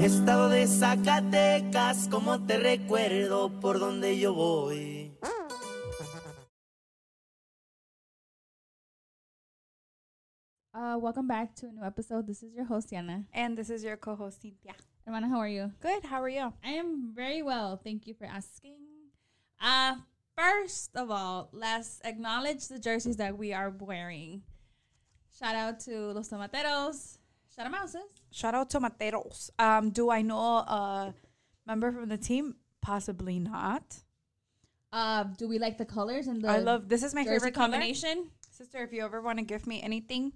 Estado de Zacatecas, como te recuerdo por donde yo voy. Uh, welcome back to a new episode. This is your host, Yana. And this is your co host, Cynthia. Hermana, how are you? Good. How are you? I am very well. Thank you for asking. Uh, first of all, let's acknowledge the jerseys that we are wearing. Shout out to Los Tomateros. Shout out Mouses. Shout out to Materos. Um, do I know a member from the team? Possibly not. Uh, do we like the colors and the I love this is my jersey favorite combination. combination? Sister, if you ever want to give me anything,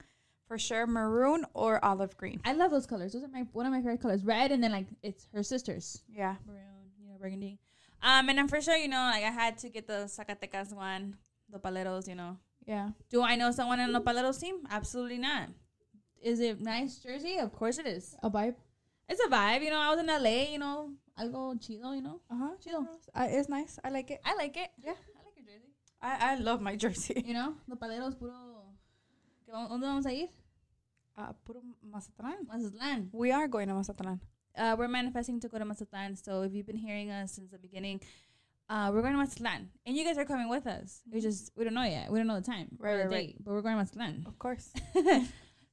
for sure maroon or olive green. I love those colors. Those are my one of my favorite colors. Red and then like it's her sisters. Yeah. maroon, you know, burgundy. Um, and I'm for sure, you know, like I had to get the Zacatecas one, the Paleros, you know. Yeah. Do I know someone in the Paleros team? Absolutely not. Is it nice jersey? Of course it is. a vibe. It's a vibe, you know. I was in LA, you know, algo chido, you know. Uh huh. Chido. I, it's nice. I like it. I like it. Yeah. I like your jersey. I, I love my jersey. You know, the Paleros puro. ¿Que vamos- ¿Dónde vamos a ir? Uh, puro Mazatlan. Mazatlán. We are going to Mazatlan. uh, we're manifesting to go to Mazatlan. So if you've been hearing us since the beginning, uh, we're going to Mazatlan, and you guys are coming with us. We just we don't know yet. We don't know the time, Mm-hmm. Right, or the right, right. Oh. But we're going to Mazatlan. Of course.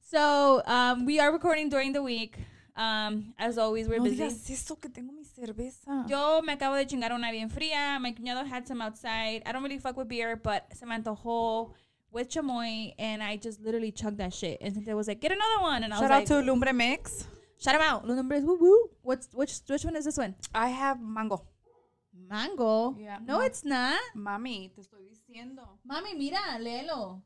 So um, we are recording during the week. Um, as always, we're no busy. digas eso que tengo mi cerveza. Yo me acabo de chingar una bien fría. My cuñado had some outside. I don't really fuck with beer, but se me antojó with chamoy, and I just literally chugged that shit. And Cynthia was like, "Get another one," and I Shout was like, out to Lumbre Mix. "Shout him out." Los nombres, woo woo. What's which which one is this one? I have mango. Mango. Yeah. No, it's not. Mami, te estoy diciendo. Mami, mira, léelo.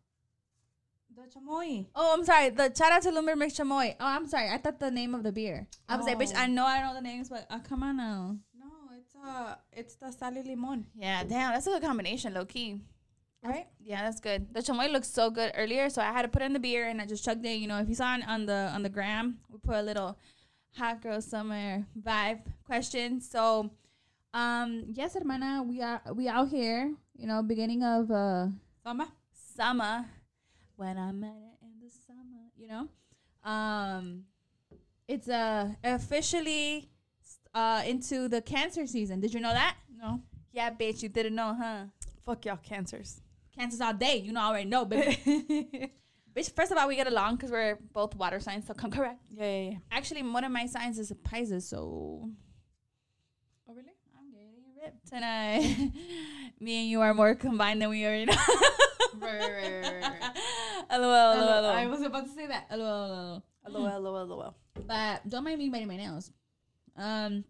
The chamoy. Oh, I'm sorry. The shout out to Lumber Mix Chamoy. Oh, I'm sorry. I thought the name of the beer. I was like, bitch, I know I know the names, but uh, come on now. No, it's uh, it's the sal y limón, Yeah, damn, that's a good combination, low key. right? Yeah, that's good. The chamoy looks so good earlier, so I had to put in the beer and I just chugged it. You know, if you saw on, on the on the gram, we put a little hot girl summer vibe question. So, um, yes, hermana, we are we out here. You know, beginning of uh Summer. summer when I met it in the summer, you know. Um, it's uh officially uh into the cancer season. Did you know that? No. Yeah, bitch, you didn't know, huh? Fuck y'all, cancers. Cancer's all day. You know, I already know, baby. bitch, first of all, we get along because we're both water signs, so come correct. Yeah, yeah, yeah. Actually, one of my signs is a Pisces, so Oh, really? I'm getting ripped tonight. Me and you are more combined than we already know. right, right, right, right, right, LOL, right. LOL, I LOL. was about to say that. LOL. LOL, LOL, LOL. but don't mind me biting my nails. Um,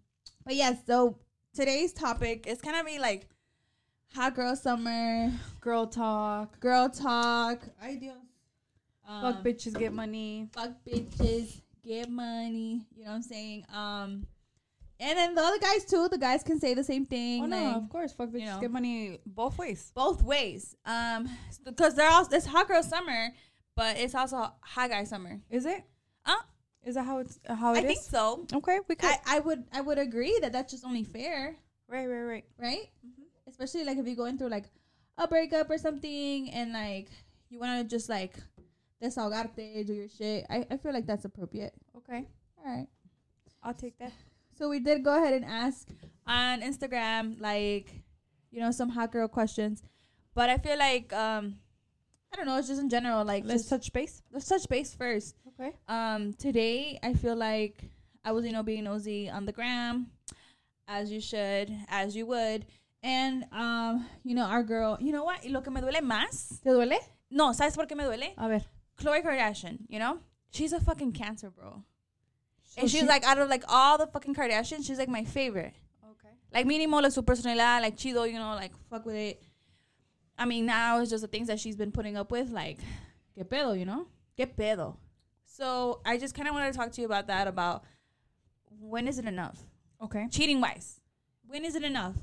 but yes, so today's topic is kind of be like hot girl summer, Girl talk. girl talk, ideas. Um, Fuck bitches get money. fuck bitches, get money. You know what I'm saying? Um, and then the other guys too. The guys can say the same thing. Oh like, no, of course. Fuck bitches you know. get money both ways. both ways. Um, because they're all it's hot girl summer, but it's also hot guy summer. Is it? Uh, Is that how it's how Oh, it I is? think so. Okay, we could. I, I would I would agree that that's just only fair. right, right, right. right? Mm-hmm. Especially like if you're going through like a breakup or something and like you want to just like desahogarte, do your shit. I, I feel like that's appropriate. Okay, All right. I'll take that. So we did go ahead and ask on Instagram like, you know, some hot girl questions. But I feel like, um, I don't know, it's just in general, like, Let's just- touch base. let's touch base first. Okay. Um, today I feel like I was, you know, being nosy on the gram, as you should, as you would. And um, you know, our girl, you know what? Y Lo que me duele más. ¿Te duele? No, ¿sabes por qué me duele? A ver. Khloe Kardashian, you know? She's a fucking cancer, bro. So and she's she- like out of like all the fucking Kardashians, she's like my favorite. Okay. Like mínimo like su personalidad, like chido, you know, like fuck with it. I mean, now it's just the things that she's been putting up with, like que pedo, you know, que pedo. So I just kind of wanted to talk to you about that, about when is it enough, Okay. cheating wise, when is it enough?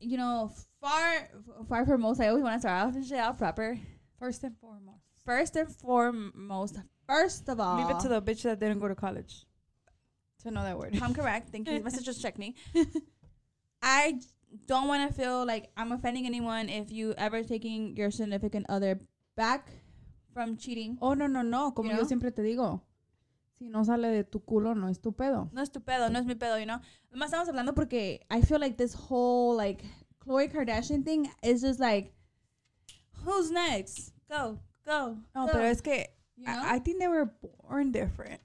You know, far far from most, I always want to start off and shit out proper. First and foremost, First and foremost, first of all, leave it to the bitch that didn't go to college to know that word. I'm correct. Thank you. My sister just checked me. I don't want to feel like I'm offending anyone if you ever taking your significant other back from cheating. Oh, no, no, no. Como You know? yo siempre te digo. Si no sale de tu culo, no es tu pedo. No es tu pedo, no es mi pedo, you know? Además, estamos hablando porque I feel like this whole, like, Khloe Kardashian thing is just like, who's next? Go, go. No, go. pero es que you know? I, I think they were born different.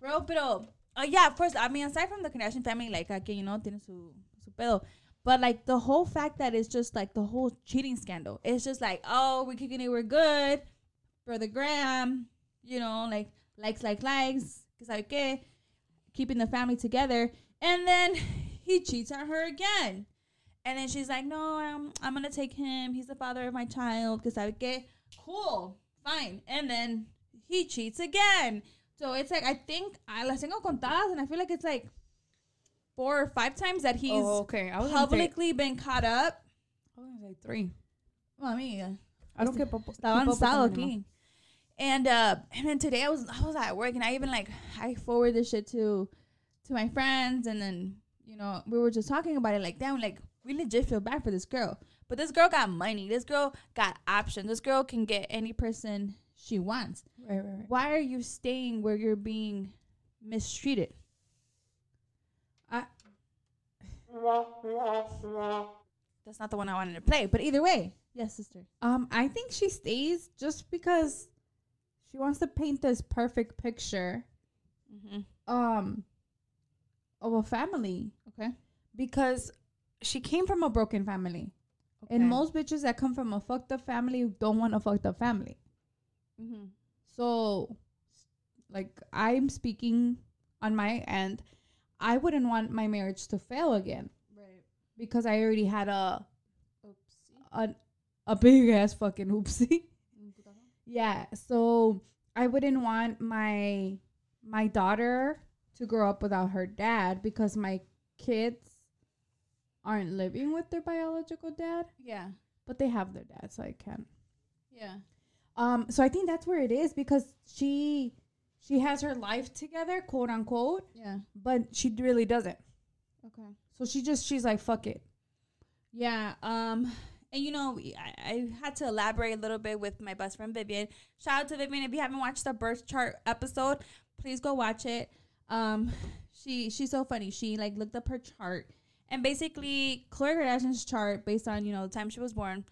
Bro, pero uh, yeah, of course. I mean, aside from the Kardashian family, like I can you know, tiene su su pedo. But like the whole fact that it's just like the whole cheating scandal. It's just like, oh, we're kicking it, we're good. Brother Graham, you know, like likes, like likes, que sabe qué, keeping the family together. And then he cheats on her again. And then she's like, no, I'm, I'm gonna take him. He's the father of my child. Que sabe qué. Cool, fine. And then he cheats again. So it's like I think I las tengo contadas, and I feel like it's like four or five times that he's Oh, okay. I publicly been caught up. gonna say three. Mami, I don't get popo. Estaba popo avanzado también, ¿no? aquí. And uh, and then today I was I was at work and I even like I forwarded this shit to to my friends and then you know we were just talking about it like damn like we legit feel bad for this girl but this girl got money this girl got options this girl can get any person she wants Right, right, right. why are you staying where you're being mistreated I- that's not the one I wanted to play but either way yes sister Um, I think she stays just because she wants to paint this perfect picture Mm-hmm. um of a family okay because she came from a broken family. And most bitches that come from a fucked up family don't want a fucked up family. Mhm. So, like, I'm speaking on my end. I wouldn't want my marriage to fail again right because I already had a Oopsie. a, a big ass fucking oopsie. yeah. So I wouldn't want my my daughter to grow up without her dad because my kids aren't living with their biological dad, yeah but they have their dad, so I can. yeah Um, so I think that's where it is because she she has her life together, quote unquote, yeah but she really doesn't. okay So she just she's like, fuck it. Yeah. Um, and you know, I, I had to elaborate a little bit with my best friend Vivian. Shout out to Vivian. If you haven't watched the birth chart episode, please go watch it. Um, she she's so funny. She like looked up her chart and basically Khloe Kardashian's chart based on you know the time she was born.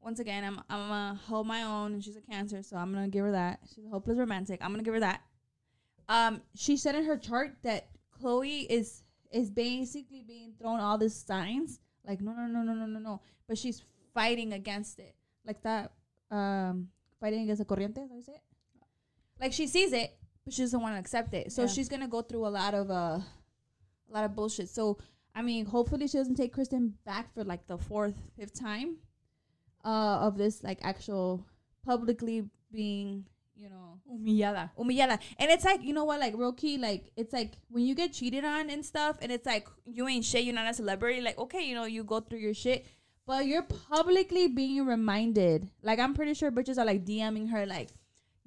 Once again, I'm I'm gonna hold my own, and she's a Cancer, so I'm gonna give her that. She's a hopeless romantic. I'm gonna give her that. Um, she said in her chart that Chloe is is basically being thrown all these signs like no no no no no no no but she's fighting against it like that um fighting against the corriente is that how you say it? like she sees it but she doesn't want to accept it so Yeah. she's gonna go through a lot of uh a lot of bullshit so I mean hopefully she doesn't take Kristen back for like the fourth fifth time uh of this like actual publicly being you know Humillada. humillada. And it's like, you know what, like real key, like it's like when you get cheated on and stuff, and it's like you ain't shit, you're not a celebrity, like okay, you know, you go through your shit. But you're publicly being reminded. Like I'm pretty sure bitches are like DMing her like,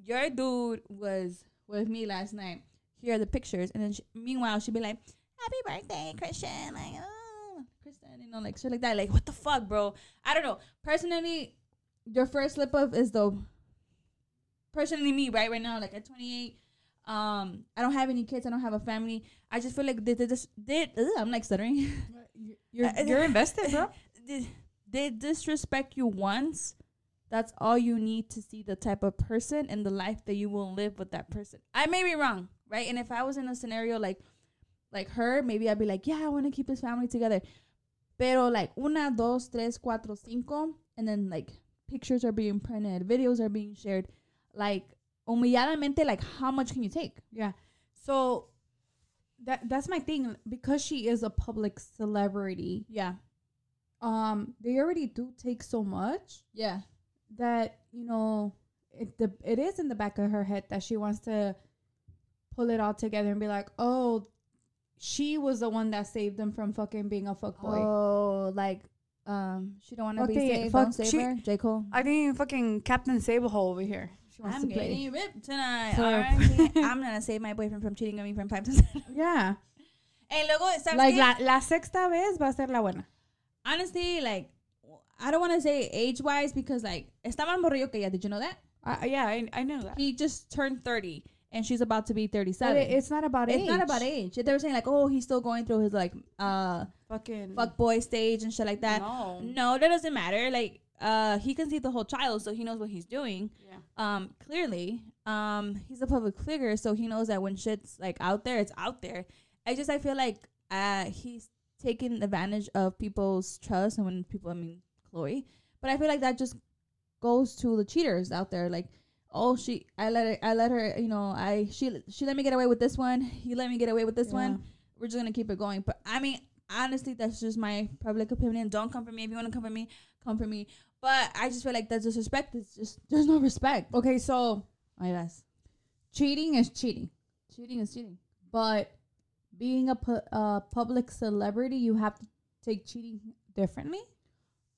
your dude was with me last night. Here are the pictures. And then she, meanwhile she'd be like, Happy birthday, Christian. Like, oh Kristen, you know, like shit like that. Like, what the fuck, bro? I don't know. Personally, your first slip up is the personally me right right now like at 28 um i don't have any kids i don't have a family i just feel like did this did ugh, i'm like stuttering You're, Uh, you're invested, bro. did they disrespect you once that's all you need to see the type of person and the life that you will live with that person i may be wrong right and if i was in a scenario like like her maybe i'd be like yeah i want to keep this family together pero like una dos tres cuatro cinco and then like pictures are being printed videos are being shared like humilladamente like how much can you take Yeah. So that that's my thing because she is a public celebrity. yeah Um, they already do take so much yeah that you know it the it is in the back of her head that she wants to pull it all together and be like, oh, she was the one that saved them from fucking being a fuck boy. oh like um she don't want to Fuck be the- saved fuck don't save she- her j cole I think fucking Captain Sablehole over here. she wants I'm to play. getting ripped tonight. So- alright? I'm gonna save my boyfriend from cheating on me from five times. Yeah, hey, luego, ¿sabes like qué? la, la sexta vez va a ser la buena. honestly, like I don't want to say age wise because like estaba morrillo que ya. Did you know that Uh, yeah, I, I know that. he just turned thirty and she's about to be But 37. it, it's not about It's age. not about age. They were saying like, oh, he's still going through his like uh Fucking. fuck boy stage and shit like that. No. No, that doesn't matter. Like uh he can see the whole child, so he knows what he's doing. Yeah. Um, clearly. Um, he's a public figure, so he knows that when shit's like out there, it's out there. I just I feel like uh he's taking advantage of people's trust and when people I mean Chloe. But I feel like that just goes to the cheaters out there. Like, oh she I let her I let her, you know, I she she let me get away with this one, he let me get away with this Yeah. one. We're just gonna keep it going. But I mean, honestly, that's just my public opinion. Don't come for me. If you wanna come for me, come for me. But I just feel like that's disrespect. It's just there's no respect. Okay, so Oh yes. cheating is cheating. Cheating is cheating. But being a pu- uh, public celebrity, you have to take cheating differently.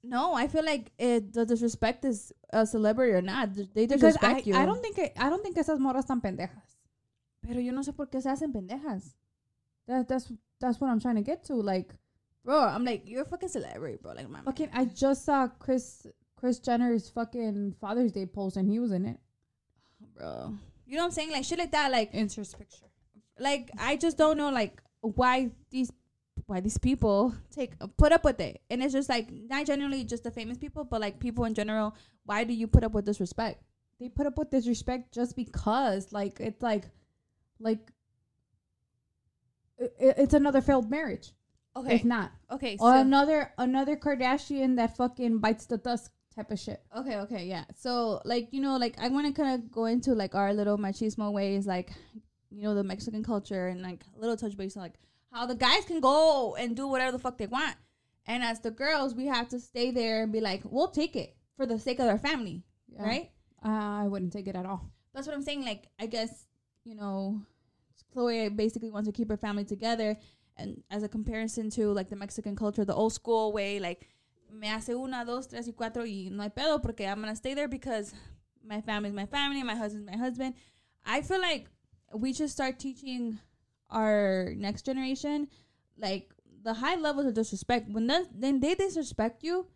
No, I feel like it, the disrespect is a celebrity or not. Th- They Because disrespect I, you. I don't think I, I don't think esas morras tan pendejas. Pero yo no sé por qué se hacen pendejas. That, that's that's what I'm trying to get to. Like Bro, I'm like, you're a fucking celebrity, bro. Like, my fucking, I just saw Chris Chris Jenner's fucking Father's Day post, and he was in it. bro. You know what I'm saying? Like shit like that. Like It's just picture. like I just don't know like why these why these people take put up with it. And it's just like not generally just the famous people, but like people in general. Why do you put up with disrespect? They put up with disrespect just because, like, it's like, like, i i- it's another failed marriage. Okay. If not, okay. or another another Kardashian that fucking bites the dust type of shit. Okay, okay, yeah. So, like, you know, like, I want to kind of go into, like, our little machismo ways, like, you know, the Mexican culture and, like, a little touch base on, like, how the guys can go and do whatever the fuck they want. And as the girls, we have to stay there and be like, we'll take it for the sake of our family, Yeah. right? Uh, I wouldn't take it at all. That's what I'm saying. Like, I guess, you know, Chloe basically wants to keep her family together. And as a comparison to, like, the Mexican culture, the old school way, like, me hace una, dos, tres y cuatro y no hay pedo porque I'm going to stay there because my family's my family, my husband's my husband. I feel like we should start teaching our next generation, like, the high levels of disrespect. When, the, when they disrespect you,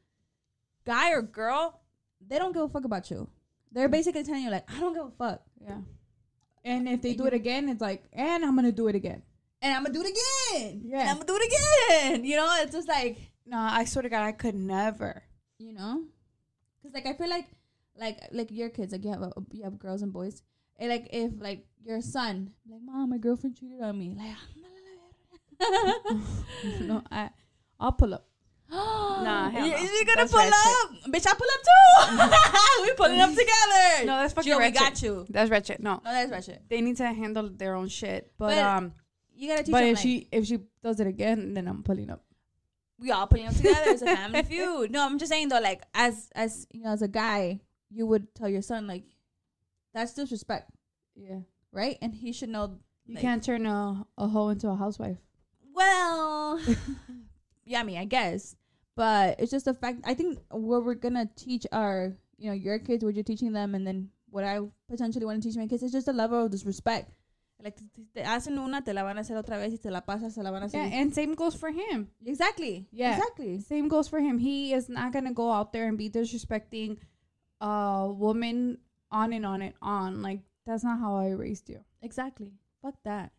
guy or girl, they don't give a fuck about you. They're basically telling you, like, I don't give a fuck. Yeah. And if they do it again, it's like, and I'm gonna do it again. and I'm gonna do it again. Yeah. And I'm gonna do it again. You know, it's just like No, I swear to God, I could never. you know, because like I feel like like like your kids, like you have a, you have girls and boys, and like if like your son, like mom, my girlfriend cheated on me, like. no, I, I'll pull up. nah, hell you, no. you gonna That's pull ratchet. up, bitch. I pull up too. we pulling up together. No, that's fucking Jill, we ratchet. got you. That's wretched. No, No, that's ratchet. they need to handle their own shit. But, But- um, You gotta teach. But them, if like, she if she does it again, then I'm pulling up. we all putting them together as a family feud. No, I'm just saying though, like as as you know, as a guy, you would tell your son like, that's disrespect, Yeah. right? And he should know. You like, can't turn a, a hoe into a housewife. Well, yeah, I mean, I guess, but it's just the fact. I think what we're gonna teach our, you know, your kids, what you're teaching them, and then what I potentially want to teach my kids is just a level of disrespect. Like, te- te hacen una, te la van a hacer otra vez, y te la pasas, se la van a Yeah, hacer. and same goes for him. exactly. Yeah. Exactly. Same goes for him. He is not gonna go out there and be disrespecting a woman on and on and on. Like that's not how I raised you. Exactly. Fuck that.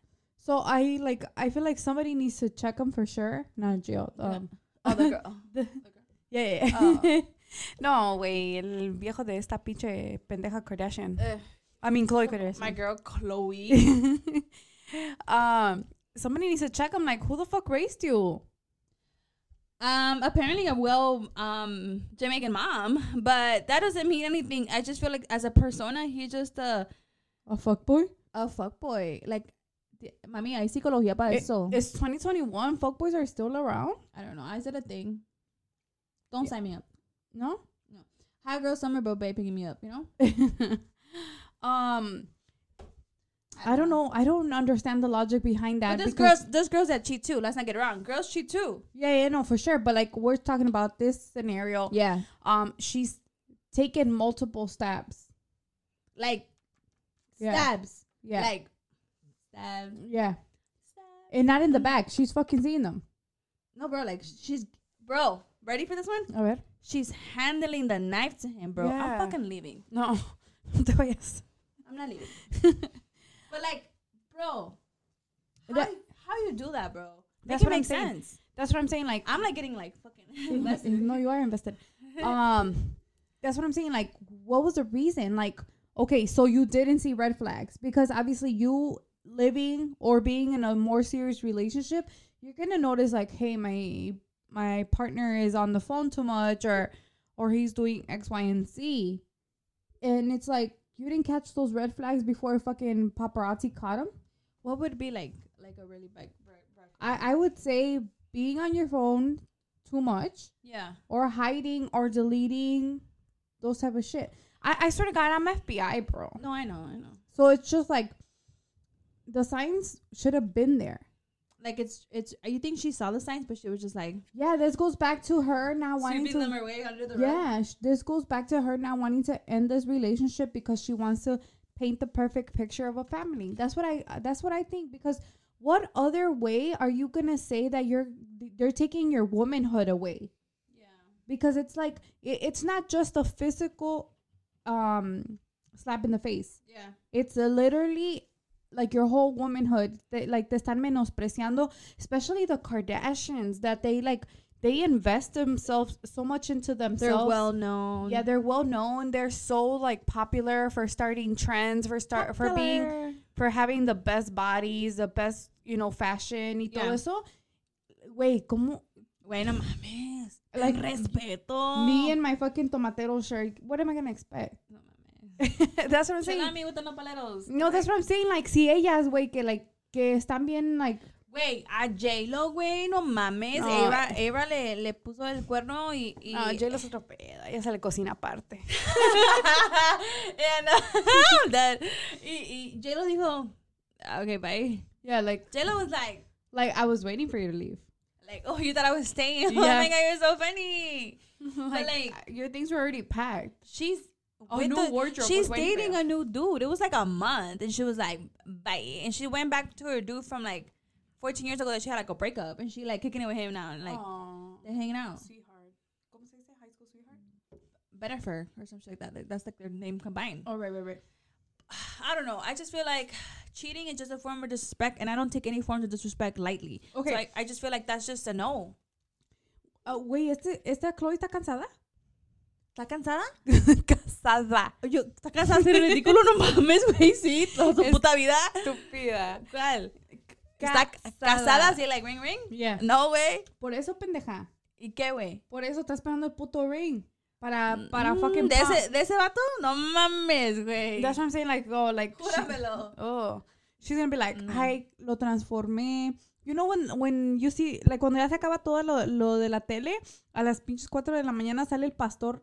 So I like I feel like somebody needs to check him for sure. Not Jill. Yeah. Um, other girl. yeah, yeah. yeah. Oh. no, way. El viejo de esta pinche pendeja Kardashian. I mean, Chloe Kardashian. Eh. My girl Chloe. um, somebody needs to check. I'm like, who the fuck raised you? Um, apparently a well um Jamaican mom, but that doesn't mean anything. I just feel like as a persona, he's just a A fuck boy. a fuckboy. Like, di- mami, hay psicología para It- eso. It's It's 2021. Fuckboys are still around. I don't know. I said a thing. Don't sign me up. No. High girl summer, but babe picking me up. You know. um, I don't know. I don't understand the logic behind that. But there's because- girls, there's girls that cheat too. Let's not get it wrong. Girls cheat too. Yeah, yeah, no, for sure. But like we're talking about this scenario. Yeah. Um, she's taken multiple stabs. Like Yeah. stabs. Yeah. Like stab. yeah. stab. And not in the back. She's fucking seeing them. No, bro. Like she's bro. Ready for this one? A ver. She's handling the knife to him, bro. Yeah. I'm fucking leaving. no, no te vayas. I'm not leaving. But like, bro, how, That- you, how you do that, bro? That's Make it what I'm make saying. sense. That's what I'm saying. Like, I'm like getting like fucking lessons. no, you are invested. Um, that's what I'm saying. Like, what was the reason? Like, okay, so you didn't see red flags because obviously you living or being in a more serious relationship, you're gonna notice like, hey, my my partner is on the phone too much, or or he's doing X, Y, and Z, and it's like you didn't catch those red flags before fucking paparazzi caught him. What would be like like a really big red- red flag? I I would say being on your phone too much Yeah. or hiding or deleting those type of shit. I, I swear to God, I'm FBI, bro. No, I know, I know. So it's just like the signs should have been there. Like it's it's. You think she saw the signs, but she was just like Yeah, this goes back to her not wanting to. away under the yeah, sh- this goes back to her not wanting to end this relationship because she wants to paint the perfect picture of a family. That's what I. uh, That's what I think. Because what other way are you gonna say that you're they're taking your womanhood away? Yeah. because it's like it, it's not just a physical um slap in the face Yeah. it's a literally like your whole womanhood they, like they están menospreciando especially the kardashians that they like they invest themselves so much into They're themselves well known. yeah they're well known they're so like popular for starting trends for start for being for having the best bodies the best you know fashion y Yeah. todo eso wait como Bueno, mames. Like, Like respeto. me in my fucking tomatero shirt what am i gonna expect No mames. that's what I'm saying. Salami with the nopaleros. No, that's what I'm saying. Like, si ellas, güey, que like, que están bien, like, Güey, a J-Lo, güey, no mames. No. Eva, Eva le, le puso el cuerno y. y no, J-Lo es otro pedo. Ella se le cocina aparte. And, uh, that- y, y J-Lo dijo, "Ah, okay, bye. Yeah, like, J-Lo was like, like I was waiting for you to leave. like, oh, you thought I was staying. Oh Yeah. my god, you're so funny. Like, uh, like- your things were already packed. She's. A with new the- wardrobe She's was waiting dating for you. a new dude. It was like a month, and she was like, bye. And she went back to her dude from like 14 years ago that she had like a breakup, and she like kicking it with him now, and like they're hanging out. sweetheart. ¿Cómo se dice high school sweetheart? Better for or something like that. Like, That's like their name combined. Oh, right, right, right. I don't know. I just feel like cheating is just a form of disrespect, and I don't take any forms of disrespect lightly. Okay. So I, I just feel like that's just a no. Uh, wait, este, esta Chloe está cansada? ¿Está cansada? Casada. Yo, ¿está cansada? Es ridículo, no mames, güey. Sí, toda su Es- puta vida. Estúpida. ¿Cuál? ¿Está ca- casada? Casada. Así, like, ring, ring. Yeah. No, güey. Por eso, pendeja. ¿Y qué, güey? Por eso está esperando el puto ring. Para, para Mm, fucking ¿De pop. ese, ¿De ese vato? No mames, güey. That's what I'm saying. Like, oh, like, she- Júramelo. Oh, she's gonna be like, Mm. ay, lo transformé. You know when when you see, like cuando ya se acaba todo lo, lo de la tele, a las pinches 4 de la mañana sale el pastor.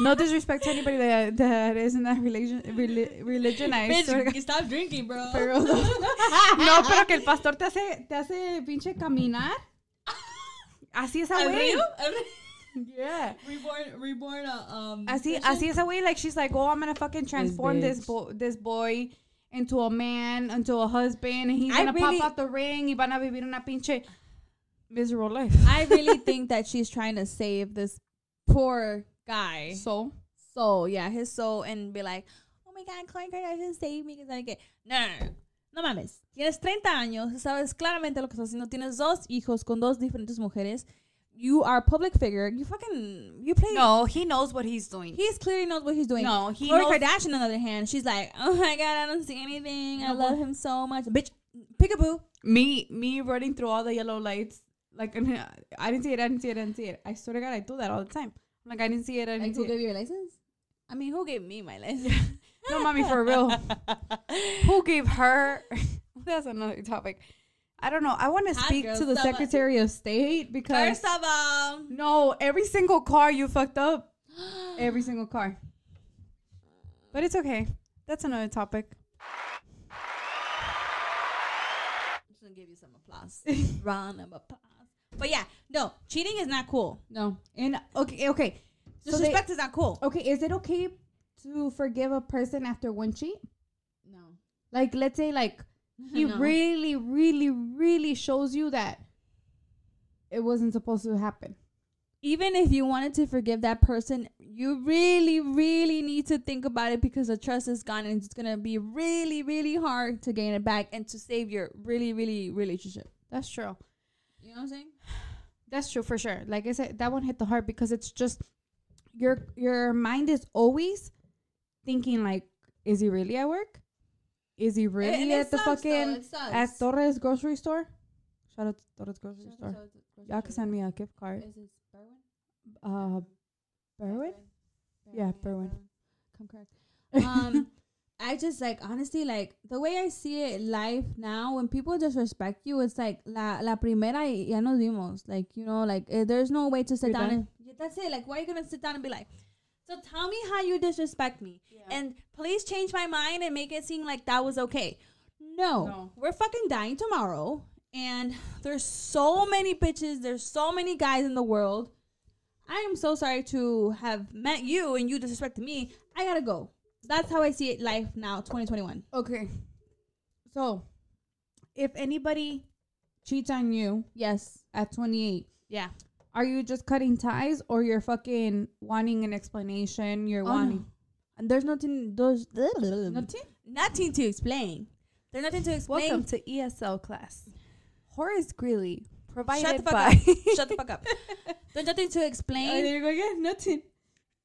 no disrespect to anybody that, that is in that religion, reli- religion I swear to God. Bitch, stop drinking, bro. Pero- no, pero que el pastor te hace, te hace pinche caminar. Así esa ¿Al güey. río? ¿Al río? Yeah. Reborn, reborn, uh, um, Así, person? así esa güey, like she's like, oh, I'm gonna fucking transform this bitch. bo- this boy into a man, into a husband, and he's I gonna really- pop out the ring, y van a vivir una pinche miserable life. I really think that she's trying to save this poor guy. So, soul, yeah, his soul, and be like, oh my god, Khloe Kardashian saved me because I get no, no, no. No mames, tienes 30 años, sabes claramente lo que estás haciendo. Tienes dos hijos con dos diferentes mujeres. You are a public figure. You fucking you play. No, he knows what he's doing. He's clearly knows what he's doing. No, he Khloe knows- Kardashian, on the other hand, she's like, oh my god, I don't see anything. I love him so much, bitch. Peekaboo. me me running through all the yellow lights, like I didn't see it, I didn't see it, I didn't see it. I swear to God, I do that all the time. I'm like I didn't see it, I Like, didn't who see gave it. you your license? I mean, who gave me my license? No, mommy, for real. Who gave her? That's another topic. I don't know. I want to Hot speak girl to the summer. Secretary of State because First of all, No, every single car you fucked up. Every single car. But it's okay. That's another topic. I'm just gonna give you some applause. Round of applause. But yeah, no, cheating is not cool. No. And okay, okay. So they- Disrespect is not cool. okay, is it okay to forgive a person after one cheat? No. Like let's say like he No. really really really shows you that it wasn't supposed to happen. Even if you wanted to forgive that person, you really, really need to think about it because the trust is gone and it's gonna be really, really hard to gain it back and to save your really, really relationship. That's true. You know what I'm saying? That's true for sure. Like I said, that one hit the heart because it's just your your mind is always thinking like, is he really at work? Is he really and it at the sucks, though. fucking It sucks. at Torres grocery store? Shout out to Torres grocery Shout out store. to the grocery Y'all can store. send me a gift card. Is this Berwyn? Uh, Berwin. Yeah, Berwyn. Come correct. Um, I just like honestly like the way I see it life now when people just respect you, it's like la la primera y ya nos vimos. Like you know, like eh, there's no way to sit You're down done? and Yeah, that's it. Like why are you gonna sit down and be like, so tell me how you disrespect me and please change my mind and make it seem like that was okay. No, No. we're fucking dying tomorrow. And there's so many bitches, there's so many guys in the world. I am so sorry to have met you and you disrespected me. I gotta go. That's how I see it life now, 2021. Okay. So, if anybody cheats on you Yes. at 28, Yeah. are you just cutting ties or you're fucking wanting an explanation? You're Oh, wanting And there's nothing there's nothing. nothing to explain. There's nothing to E explain. Welcome to ESL class. Horace Greeley. Provided Shut the fuck by up. Shut the fuck up. There's nothing to Oh, explain. there you go again. Nothing.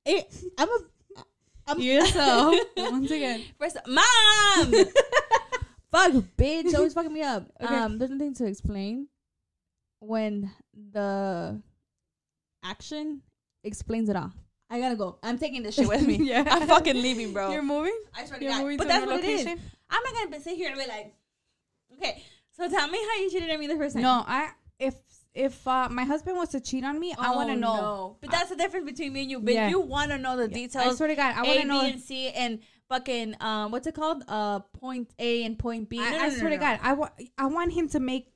Eh, I'm a I'm- ESL. Once again. First, mom. Fuck, bitch, always fucking me up. Okay. Um, there's nothing to explain when the action explains it all. I gotta go. I'm taking this shit with me. Yeah. I'm fucking leaving, bro. You're moving? I swear to You're God. moving But to that's another what it is. location? I'm not gonna be- sit here and be like, okay, so tell me how you cheated on me the first time. No, I if if uh, my husband was to cheat on me, I want Oh, to know. no. But that's the difference between me and you. But Yeah. you wanna know the I details. swear to God, I A, want B, to know. and C, and fucking um, what's it called? Uh, point A and point B. I, No, no, I no, swear no, to no. God, I want I want him to make.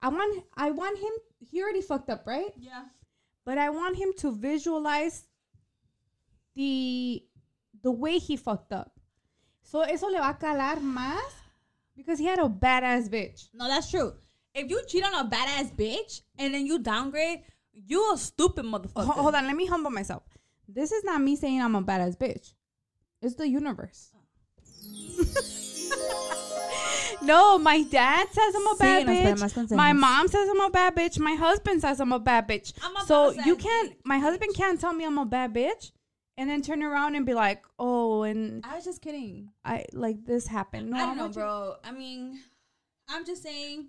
I want I want him. He already fucked up, right? Yeah. But I want him to visualize the the way he fucked up. So eso le va a calar más because he had a badass bitch. No, that's true. If you cheat on a badass bitch and then you downgrade, you a stupid motherfucker. Ho- hold on, let me humble myself. This is not me saying I'm a badass bitch. It's the universe. Oh. no, my dad says I'm a Sí, bad nos podemos bitch. conseguir. My mom says I'm a bad bitch. My husband says I'm a bad bitch. I'm a so badass you can't. My husband can't tell me I'm a bad bitch, and then turn around and be like, "Oh, and I was just kidding. I like this happened." No, I don't I know, want you- bro. I mean, I'm just saying.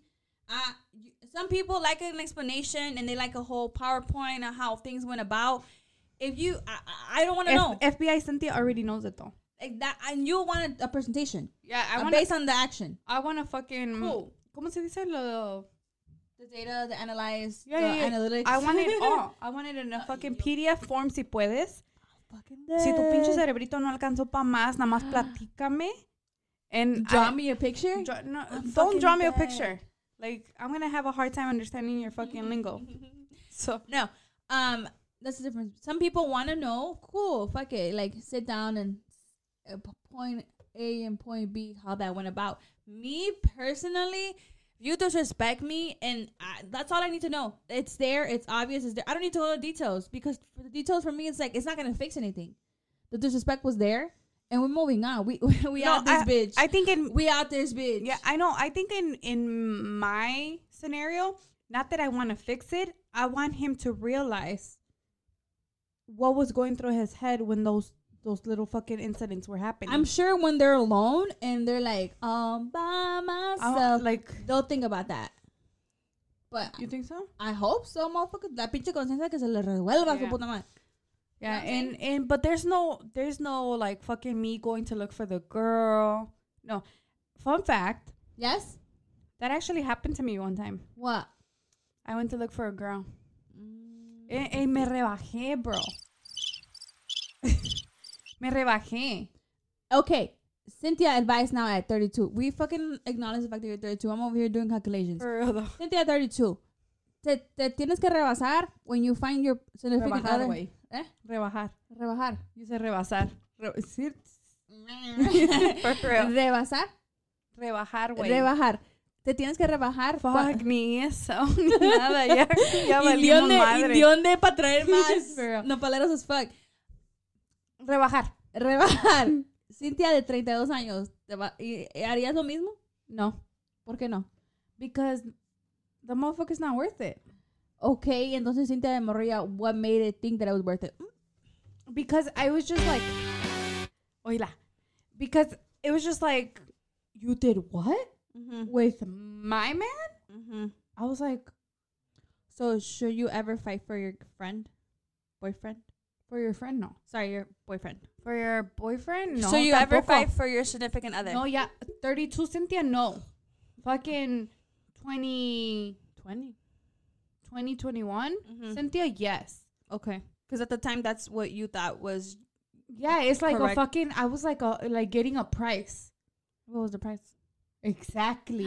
I you, some people like an explanation and they like a whole PowerPoint on how things went about. If you, I, I- I don't want to know. F- FBI Cynthia already knows it though. like that, and you want a, a presentation Yeah, uh, I want. based on the action, I want to fucking. Cool. ¿Cómo se dice lo? the data, the analyze, Yeah, the yeah, yeah. analytics. I want it all. I want it in a fucking PDF form si puedes. Fucking Si tu pinche dead. cerebrito no alcanzó pa más, nada más platícame. And draw I- me a picture. draw- no, fucking don't draw me a dead. picture. Like I'm gonna have a hard time understanding your fucking lingo. So No. Um, that's the difference. Some people want to know. Cool. Fuck it. Like sit down and uh, p- point A and point B how that went about. Me personally, you disrespect me, and I, that's all I need to know. It's there. It's obvious. It's there. I don't need to know the details because for the details for me, it's like it's not gonna fix anything. The disrespect was there, and we're moving on. We we No, out this I, bitch. I think in we out this bitch. yeah, I know. I think in in my scenario, not that I want to fix it. I want him to realize what was going through his head when those those little fucking incidents were happening. I'm sure when they're alone and they're like, um, by I myself, wa- like They'll think about that. But you think so? I hope so, motherfucker. La pinche conciencia que se le revuelva a su Yeah. puta madre. Yeah, know what I'm and and but there's no there's no like fucking me going to look for the girl. No. Fun fact, Yes? that actually happened to me one time. What? I went to look for a girl. Eh, eh, me rebajé, bro. me rebajé. Okay. Cynthia advice now at 32. We fucking acknowledge the fact that you're 32. I'm over here doing calculations. For real though. Cynthia 32. Te, te tienes que rebasar when you find your significant Rebajar, other. güey. Eh? Rebajar. Rebajar. You said rebasar. Re- sí, For real. rebasar. Rebajar, güey. Rebajar. Te tienes que rebajar. cua- Fuck, ni eso, ni nada. Ya, ya Indión valimos de, madre. indión de para traer For real. más nopaleros as fuck. Rebajar. Rebajar. Cintia de 32 años, ¿te va- y- y ¿harías lo mismo? No. ¿Por qué no? Because the motherfucker's not worth it. Okay, entonces Cintia de Morrilla, what made it think that I was worth it? Because I was just like, oila. Because it was just like, you did what Mm-hmm. with my man? Mm-hmm. I was like, So, should you ever fight for your friend? Boyfriend? for your friend, no. Sorry, your boyfriend. For your boyfriend, no. so you ever tampoco. fight for your significant other? No, yeah. 32 Cynthia, no. Fucking 20, 20, 2021 Mhm. Cynthia, yes. Okay. Because at the time, that's what you thought was. Yeah, it's like Correct. a fucking. I was like a like getting a price. What was the price? Exactly.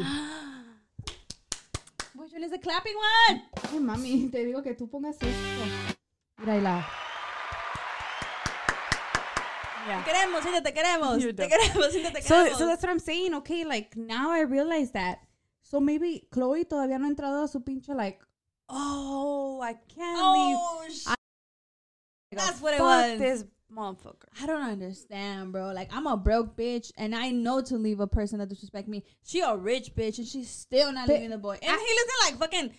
Which one is the clapping one? Ay, mami, te digo que tú pongas esto. Mira, y la. Te queremos, Cintia, te queremos. You Te don't. queremos, Cintia, te So, queremos. so that's what I'm saying. Okay, like now I realize that. So maybe Chloe todavía no ha entrado a su pinche like. Oh, I can't oh, sh- leave. that's what it Fuck was. this motherfucker. I don't understand, bro. Like, I'm a broke bitch, and I know to leave a person that disrespect me. She a rich bitch, and she's still not But- leaving the boy. And he lives in like fucking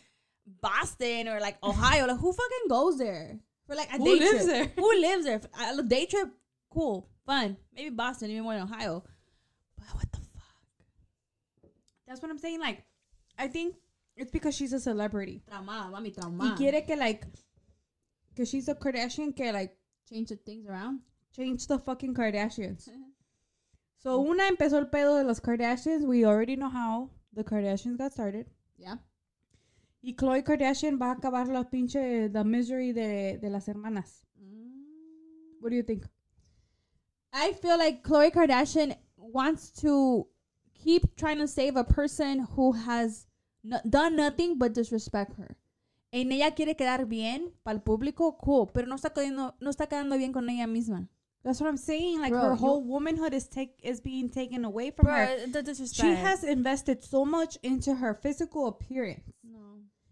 Boston or like Ohio. Like, who fucking goes there for like a Who day lives trip? there? Who lives there? A day trip, cool, fun. Maybe Boston, even more in Ohio. But what the fuck? That's what I'm saying. Like, I think it's because she's a celebrity. Trauma, mami, Y trauma. quiere que like, que she's a Kardashian que like Change the things around. change the fucking Kardashians. So una empezó el pedo de los Kardashians. We already know how the Kardashians got started. Yeah. Y Khloe Kardashian va a acabar la pinche the misery de, de las hermanas. What do you think? I feel like Khloe Kardashian wants to keep trying to save a person who has no, done nothing but disrespect her. En ella quiere quedar bien para el público, cool, pero no está quedando, no está quedando bien con ella misma. That's what I'm saying. Like Bro, her you- whole womanhood is take is being taken away from her. Bruh, the disrespect. She has invested so much into her physical appearance. No.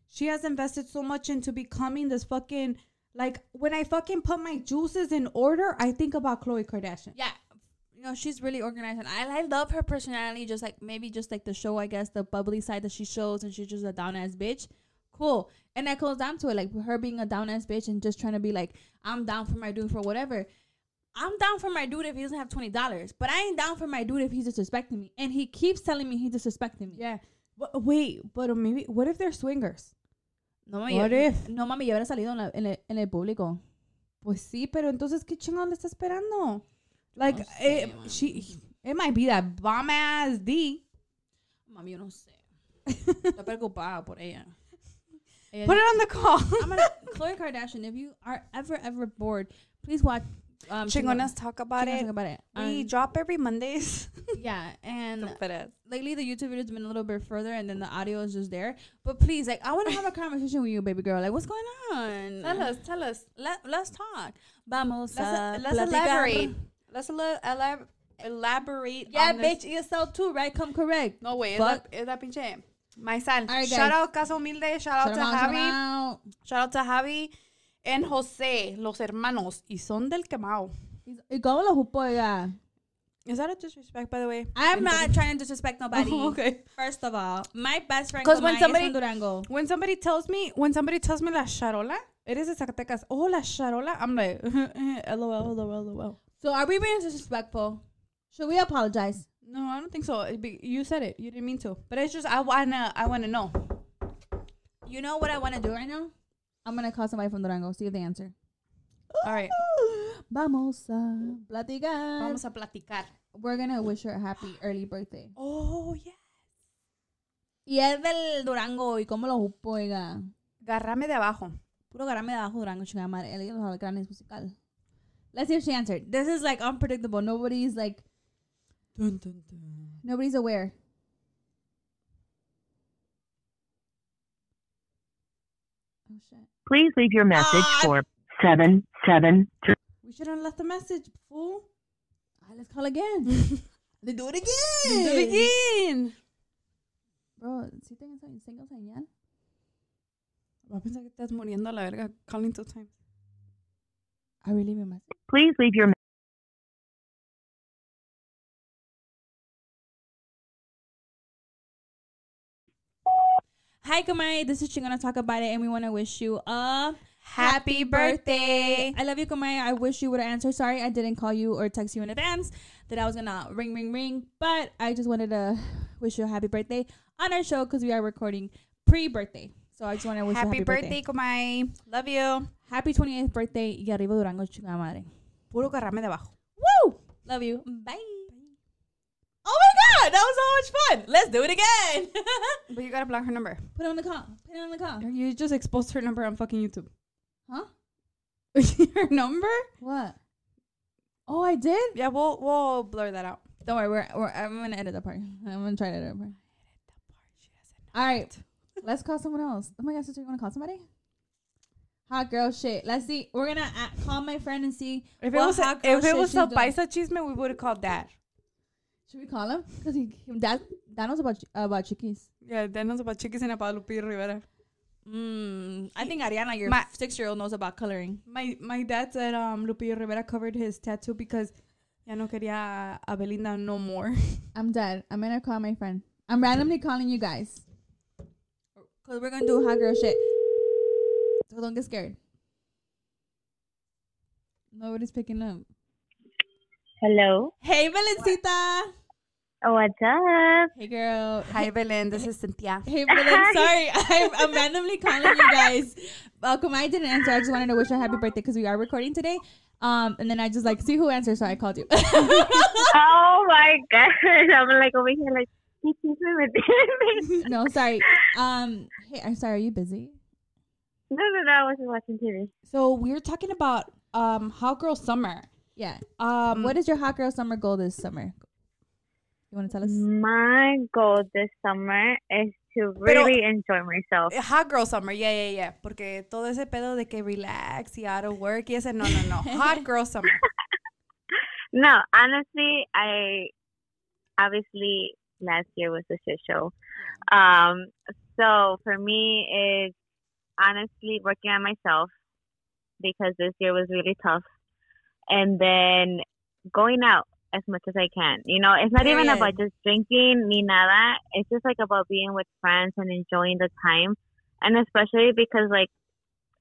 She has invested so much into becoming this fucking like when I fucking put my juices in order, I think about Khloe Kardashian. Yeah. You know, she's really organized. And I, I love her personality, just like maybe just like the show, I guess, the bubbly side that she shows. And she's just a down ass bitch. Cool. And that goes down to it, like her being a down ass bitch and just trying to be like, I'm down for my dude for whatever. I'm down for my dude if he doesn't have twenty dollars, but I ain't down for my dude if he's disrespecting me. And he keeps telling me he's disrespecting me. Yeah. But wait, but maybe what if they're swingers? No mami, What yo- if? no mami, yo hubiera salido en, la- en el, en el público. Pues sí, pero entonces qué chingón le está esperando. Like No sé, it, man. she it might be that bomb ass D. Mami, yo no sé. Estoy preocupada por ella. Ella Put it on the call. Eh, I'm gonna, Khloe Kardashian, if you are ever, ever bored, please watch. Um, Chingonas talk about Chingonas it. Talk about it. We Um, drop every Mondays. yeah, and Perez. lately the YouTube video's been a little bit further, and then the audio is just there. But please, like, I want to have a conversation with you, baby girl. Like, what's going on? Tell us, tell us. Let, let's talk. Vamos. a Let's, uh, let's platicar. elaborate. Let's ele- elab- elaborate. Yeah, on this. bitch, ESL too, right? Come correct. No way. Es la, Fuck. es la pinche Maizal. All right, shout guys. out Casa Humilde. Shout out Shout to 'em out, shout 'em Javi. out. Shout out to Javi and Jose, los hermanos. Y son del quemado. Y como lo supo ella? Is that a disrespect, by the way? I'm not trying to disrespect nobody. okay. First of all, my best friend 'Cause when Comay somebody- is from Durango. when somebody tells me when somebody tells me la charola, it is a Zacatecas. Oh la charola. I'm like lol lol lol. So are we being disrespectful? Should we apologize? No, I don't think so. It be- You said it. You didn't mean to. But it's just I wanna I wanna know. You know what I want to do right now? I'm gonna call somebody from Durango. See if they answer. All right. Vamos a platicar. Vamos a platicar. We're gonna wish her a happy early birthday. Oh, yeah. Y es del Durango. ¿Y cómo lo supo, oiga? Garrame de abajo. Puro garame de abajo Durango, chingada madre. El de los alacranes musical. Let's see if she answered. This is like unpredictable. Nobody's like, Dun, dun, dun. nobody's aware. Oh shit. Please leave your message for seven seven three. We should have left a message, fool. All right, Ah, let's call again. they do it again. Do it again. Bro, ¿sí tengo esa tengo señal? Va a pensar que estás muriendo a la verga. Calling two times. I really miss Please leave your Hi, Kamari. This is she gonna talk about it, and we want to wish you a Happy birthday. I love you, Kamari. I wish you would have answered. Sorry, I didn't call you or text you in advance that I was gonna ring, ring, ring. But I just wanted to wish you a happy birthday on our show because we are recording pre-birthday. So I just want to wish you a Happy birthday, Kumai. Love you. Happy 28th birthday y arriba Durango, chingada madre. Puro carrame de abajo. Woo! Love you. Bye. Oh my god, that was so much fun. Let's do it again. but you gotta block her number. Put it on the call. Put it on the call. You just exposed her number on fucking YouTube. Huh? Her number? What? Oh, I did? Yeah, we'll we'll blur that out. Don't worry. We're, we're, I'm going to edit that part. I'm going to try to edit that part. All right. Let's call someone else. Oh my gosh, sister, you want to call somebody? Hot girl shit. Let's see. We're going to call my friend and see. If it what was a, hot girl if it shit was she's a doing. paisa chisme, we would have called that. Should we call him? Because he, he, that, that knows about, about chiquis. Yeah, that knows about chickens and about Lupi Rivera. Mm, I think Ariana, your My- six-year-old, knows about coloring. My my dad said um Lupillo Rivera covered his tattoo because ya no quería a Belinda no more. I'm dead. I'm gonna call my friend. I'm randomly calling you guys. Cause we're gonna do hot girl shit. So don't get scared. Nobody's picking up. Hello. Hey Valencita. Oh, What's up? Hey girl. Hi Belin, this is Cynthia. Hey Valen. Sorry, I'm, I'm randomly calling you guys. Welcome. I didn't answer. I just wanted to wish her happy birthday because we are recording today. Um, and then I just like see who answers, so I called you. Oh my god. I'm like over here like "Qué chisme me tienes?" no, sorry. Um, hey, I'm sorry. Are you busy? No, no, no, I wasn't watching TV. So we were talking about um Hot Girl Summer. Yeah. Um What is your hot girl summer goal this summer? You want to tell us? Mm, My goal this summer is to Pero- really enjoy myself. Mm. Eh, Hot girl summer, yeah, yeah, yeah. Porque todo ese pedo de que relax y out of work y ese, no, no, no. Hot girl summer. No, honestly, I obviously last year was a shit show. Um, so for me, it's honestly working on myself because this year was really tough, and then going out as much as I can. You know, it's not even Period. about just drinking ni nada. It's just like about being with friends and enjoying the time, and especially because like,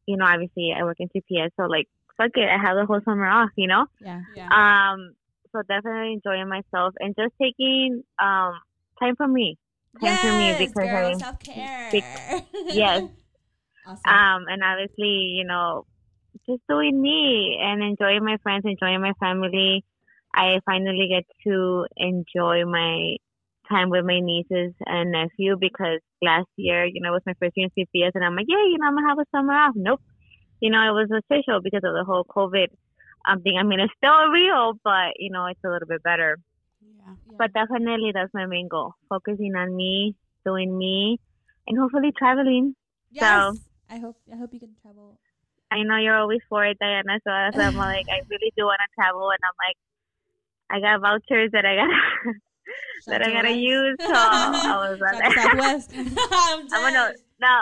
you know, obviously I work in CPS, so like, fuck it, I have the whole summer off. You know. Yeah. Yeah. Um, so definitely enjoying myself and just taking um time for me, time for me because I mean, self care. yes, Awesome. um, and obviously you know just doing me and enjoying my friends, enjoying my family. I finally get to enjoy my time with my nieces and nephew because last year, you know, it was my first year in CPS, and I'm like, yeah, you know, I'm gonna have a summer off. Nope, you know, it was official because of the whole COVID um, thing. I mean, it's still real, but you know, it's a little bit better. yeah. But definitely, that's my main goal: focusing on me, doing me, and hopefully traveling. yes. I hope I hope you can travel. I know you're always for it, Diana. So, so I'm like, I really do want to travel, and I'm like, I got vouchers that I got that I gotta use. So I was Shout out to like, Southwest. I'm I'm gonna no.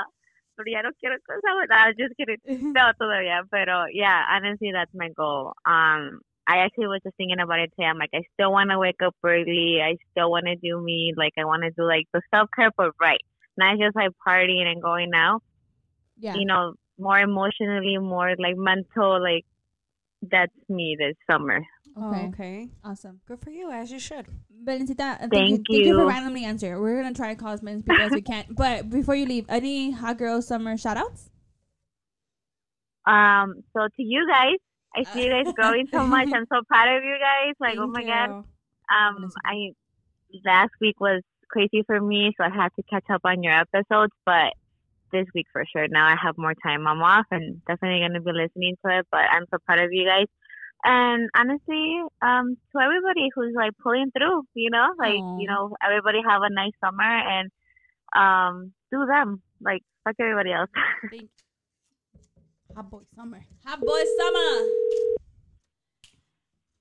Pero ya no quiero cosa, but I was just kidding. No, todavía. Pero yeah, honestly, that's my goal. Um, I actually was just thinking about it today. I'm like, I still want to wake up early. I still want to do me. Like, I want to do like the self care, but right, not just like partying and going out. Yeah. You know, more emotionally, more like mental. Like, that's me this summer. Okay. Oh, okay. Awesome. Good for you, as you should. Valencita, thank, you. Thank Thank you for you. randomly answering. We're gonna try to call as many people as we can. But before you leave, any hot girl summer shout outs? Um, so to you guys, I see you guys growing so much. I'm so proud of you guys. Like, oh my Thank god. you. Um, I last week was crazy for me, so I had to catch up on your episodes. But this week for sure. Now I have more time. I'm off, and definitely gonna be listening to it. But I'm so proud of you guys. And honestly, um, to everybody who's like pulling through, you know, like you know, everybody have a nice summer and um, do them like fuck everybody else. Hot boy summer. Hot boy summer.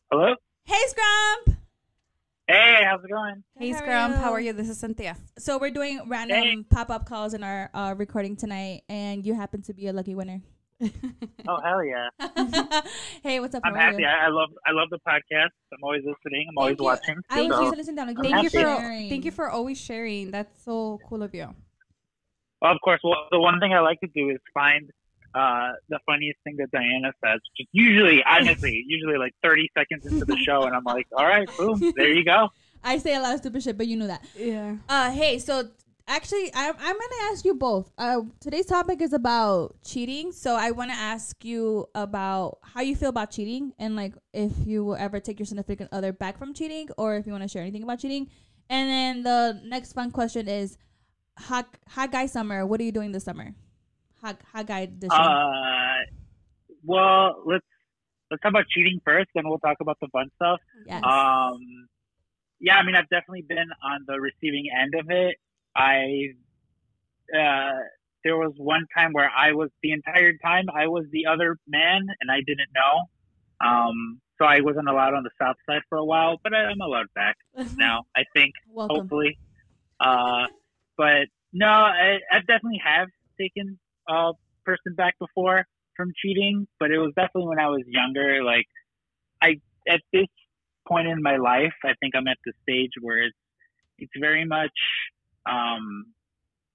Hello. Hey Scrump. Hey, how's it going? Hey, Scrum. How are you? This is Cynthia. So we're doing random pop-up calls in our uh, recording tonight, and you happen to be a lucky winner. Oh hell yeah! hey, what's up? I'm How are happy. you? I, I love I love the podcast. I'm always listening. I'm always Thank you. watching. I was so just listening down. Like, I'm Thank you for happy. sharing. thank you for always sharing. That's so cool of you. Well, of course, well, the one thing I like to do is find uh, the funniest thing that Diana says. Just usually, honestly, usually like 30 seconds into the show, and I'm like, all right, boom, there you go. I say a lot of stupid shit, but you know that. Yeah. Uh, hey, so actually, I'm, I'm gonna ask you both. Uh, today's topic is about cheating, so I want to ask you about how you feel about cheating and like if you will ever take your significant other back from cheating, or if you want to share anything about cheating. And then the next fun question is, hot hot guy summer. What are you doing this summer? Hot hot guy edition. Uh, well, let's let's talk about cheating first, then we'll talk about the fun stuff. yes. Um, yeah, I mean, I've definitely been on the receiving end of it. I uh, there was one time where I was the entire time I was the other man, and I didn't know. Um, so I wasn't allowed on the south side for a while, but I, I'm allowed back now. I think Welcome. hopefully. Uh, but no, I, I definitely have taken a person back before from cheating, but it was definitely when I was younger. Like, I at this point in my life, I think I'm at the stage where it's it's very much um,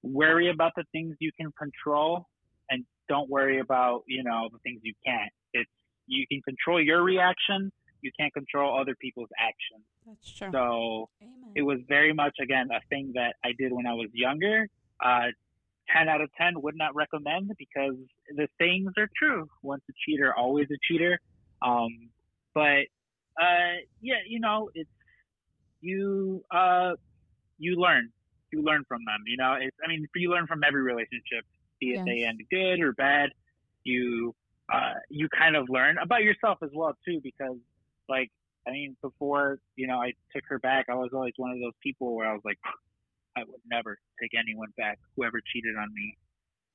worry about the things you can control and don't worry about you know the things you can't. It's you can control your reaction. You can't control other people's actions. That's true. So Amen. uh, it was very much again a thing that I did when I was younger. Uh, ten out of ten would not recommend because the things are true. Once a cheater, always a cheater. Um, but uh, yeah, you know, it's you uh, you learn, you learn from them. You know, it's I mean, you learn from every relationship, be it they end good or bad. You uh, you kind of learn about yourself as well too, because like I mean, before you know, I took her back. I was always one of those people where I was like, I would never take anyone back, whoever cheated on me.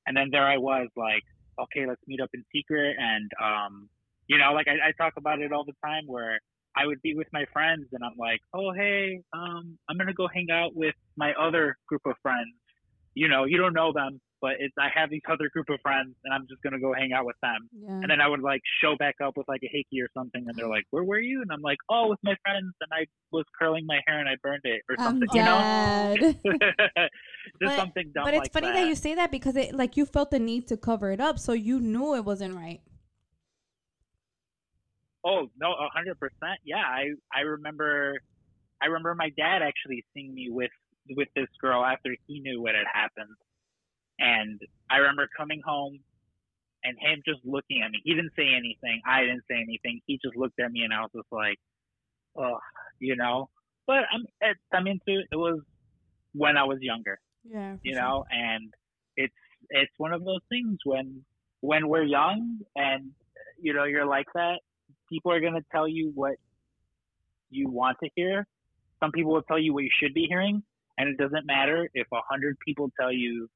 And then there I was, like, okay, let's meet up in secret. And um, you know, like I, I talk about it all the time, where I would be with my friends, and I'm like, oh hey, um, I'm gonna go hang out with my other group of friends. You know, you don't know them, but it's I have these other group of friends, and I'm just gonna go hang out with them. Yeah. Mm. And then I would like show back up with like a hickey or something, and they're like, "Where were you?" And I'm like, "Oh, with my friends, and I was curling my hair and I burned it or I'm something." dead. You know, just Oh, But- something dumb. But it's like funny that. you say that because it like you felt the need to cover it up, so you knew it wasn't right. Oh no, a hundred percent. Yeah, I I remember, I remember my dad actually seeing me with with this girl after he knew what had happened, and I remember coming home, and him just looking at me. He didn't say anything. I didn't say anything. He just looked at me, and I was just like, oh, you know. But I'm it, I'm into it. It was when I was younger Yeah. you know and it's it's one of those things when when we're young and you know you're like that people are going to tell you what you want to hear some people will tell you what you should be hearing and it doesn't matter if a hundred people tell you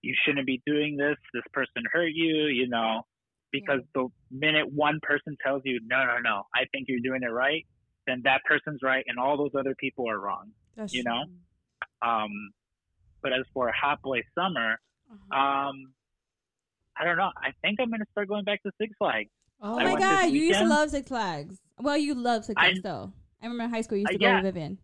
you shouldn't be doing this this person hurt you you know because the minute one person tells you no no no i think you're doing it right then that person's right and all those other people are wrong That's you true. know? um, but as for Hot Boy Summer, Uh-huh. um, I don't know. I think I'm gonna start going back to Six Flags. Oh my I went this god, you used to weekend. love Six Flags. Well, you love Six I- Flags though. I remember in high school you used Uh, to yeah. go with Vivian.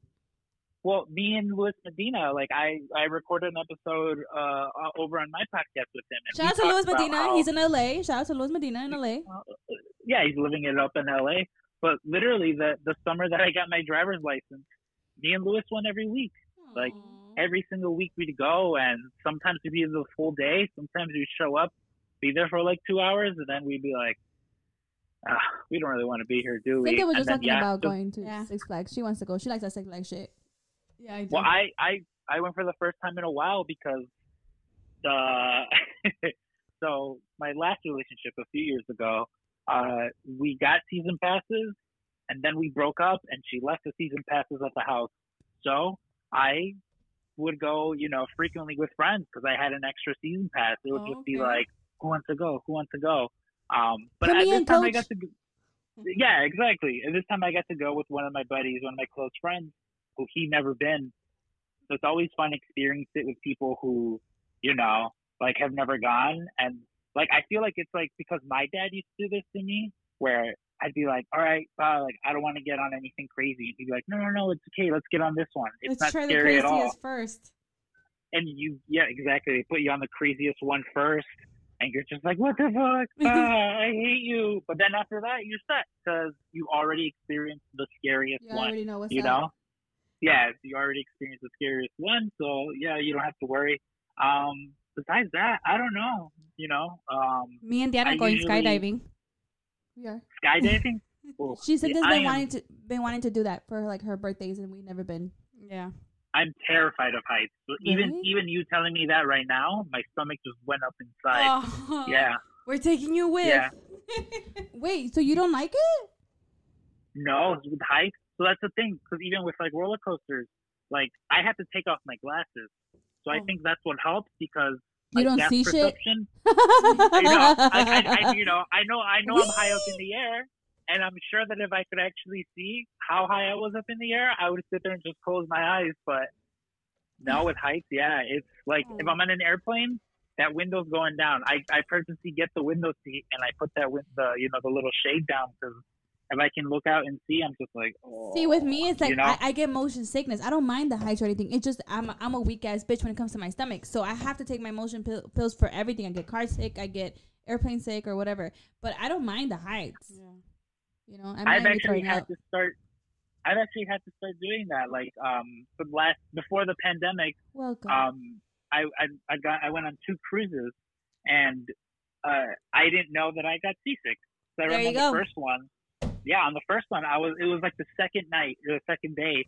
Well, me and Luis Medina, like I, I recorded an episode uh, uh, over on my podcast with him. and we Shout out to talked Luis about Medina. how- He's in LA. Shout out to Luis Medina in LA. yeah, he's living it up in LA. But literally, the the summer that I got my driver's license, me and Luis went every week. Like Mm-hmm. every single week we'd go, and sometimes we'd be there the full day. Sometimes we'd show up, be there for like two hours, and then we'd be like, ah, "We don't really want to be here, do I we?" think they were And just then, talking yeah, about so- going to Yeah. Six Flags. She wants to go. She likes that Six Flags shit. Yeah, I do. Well, I I I went for the first time in a while because the so my last relationship a few years ago, uh, we got season passes, and then we broke up, and she left the season passes at the house. So I would go, you know, frequently with friends because I had an extra season pass. It would Oh, just be okay. like, who wants to go? Who wants to go? Um, but Put at me this in, time I coach. got to. Go, yeah, exactly. And this time I got to go with one of my buddies, one of my close friends, who he never been. So it's always fun experience it with people who, you know, like have never gone. And like I feel like it's like because my dad used to do this to me, where I'd be like, "All right, uh, like I don't want to get on anything crazy," and he'd be like, "No, no, no, it's okay. Let's get on this one. It's Let's not try the scary at all." craziest first. and you, yeah, exactly. They put you on the craziest one first, and you're just like, what the fuck? Ah, I hate you. But then after that, you're set because you already experienced the scariest You one. already know what's you up. know? Yeah, you already experienced the scariest one, so yeah, you don't have to worry. Um, besides that, I don't know. You know, um, Me and Diana I going usually- skydiving. We are. skydiving. Oh, She said yeah, this I been am- wanting to been wanting to do that for like her birthdays and we've never been. Yeah. I'm terrified of heights. So Even Really? even you telling me that right now, my stomach just went up inside. Oh, Yeah, We're taking you with. yeah. Wait, so you don't like it? No, with heights. So that's the thing, because even with like roller coasters, like I have to take off my glasses. So I think that's what helps because Oh. You my don't depth see shit? perception, you know, I, I, I, you know, I know, I know, I'm high up in the air, and I'm sure that if I could actually see how high I was up in the air, I would sit there and just close my eyes. But now with heights, yeah, it's like if I'm on an airplane, that window's going down. I, I purposely get the window seat and I put that with the, you know, the little shade down because if I can look out and see, I'm just like, oh, See, with me, it's like you know? I, I get motion sickness. I don't mind the heights or anything. It's just I'm a, I'm a weak ass bitch when it comes to my stomach, so I have to take my motion pill, pills for everything. I get car sick, I get airplane sick, or whatever. But I don't mind the heights. You know, I might I've be actually throwing had up. to start. I've actually had to start doing that. Like, um, for the last before the pandemic, Welcome. um, I, I I got I went on two cruises, and uh, I didn't know that I got seasick. So I There you remember go. the first one. Yeah, on the first one, I was it was like the second night, the second day.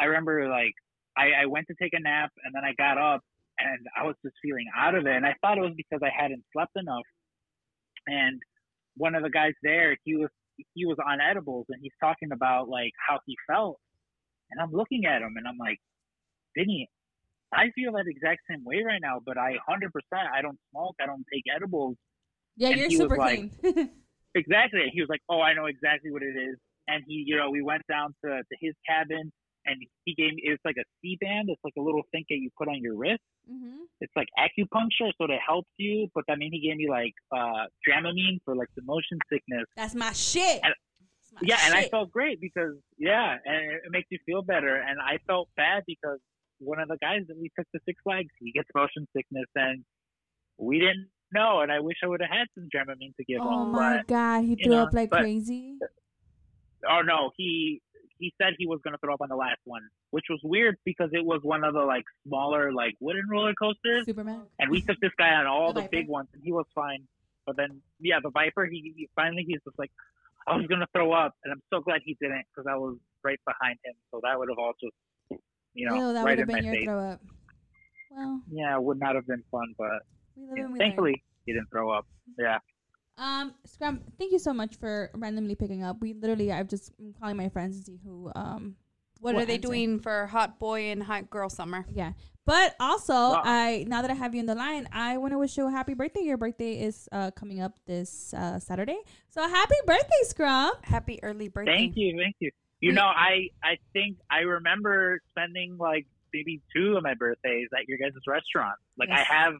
I remember like I, I went to take a nap, and then I got up, and I was just feeling out of it, and I thought it was because I hadn't slept enough. And one of the guys there, he was he was on edibles, and he's talking about like how he felt, and I'm looking at him, and I'm like, Vinny, I feel that exact same way right now, but I 100% I don't smoke, I don't take edibles. yeah, and you're he was super like- clean. Exactly. He was like, "Oh, I know exactly what it is." And he, you know, we went down to, to his cabin and he gave me it's like a C band, it's like a little thing that you put on your wrist. hmm mm-hmm. It's like acupuncture so that it helps you, but I mean he gave me like uh Dramamine for like the motion sickness. That's my shit. And- That's my yeah, and I Oh, shit. felt great because yeah, and it makes you feel better. And I felt bad because one of the guys that we took to Six Flags, he gets motion sickness, and we didn't know. And I wish I would have had some Dramamine to give Oh him, my but god, he you threw know, up like but- crazy. oh no, he he said he was gonna throw up on the last one, which was weird because it was one of the like smaller like wooden roller coasters, Superman. and we took this guy on all The the, Viper. big ones, and he was fine. But then yeah, the Viper, he, he finally he's just like. I was gonna throw up, and I'm so glad he didn't because I was right behind him, so that would have all just, you know, Ew, Oh, that right would in have my been your face. throw up. Well, Yeah, it would not have been fun, but we live yeah, and we learn. thankfully he didn't throw up. Yeah, Um, Scrum, thank you so much for randomly picking up. We literally, I've just I'm calling my friends to see who. Um, What, are they answer. doing for hot boy and hot girl summer? Yeah, but also, Wow. I now that I have you on the line, I want to wish you a happy birthday. Your birthday is uh, coming up this uh, Saturday, so happy birthday, Scrum! Happy early birthday. thank you, thank you. You know, I I think I remember spending like maybe two of my birthdays at your guys' restaurant. Like Yes. I have,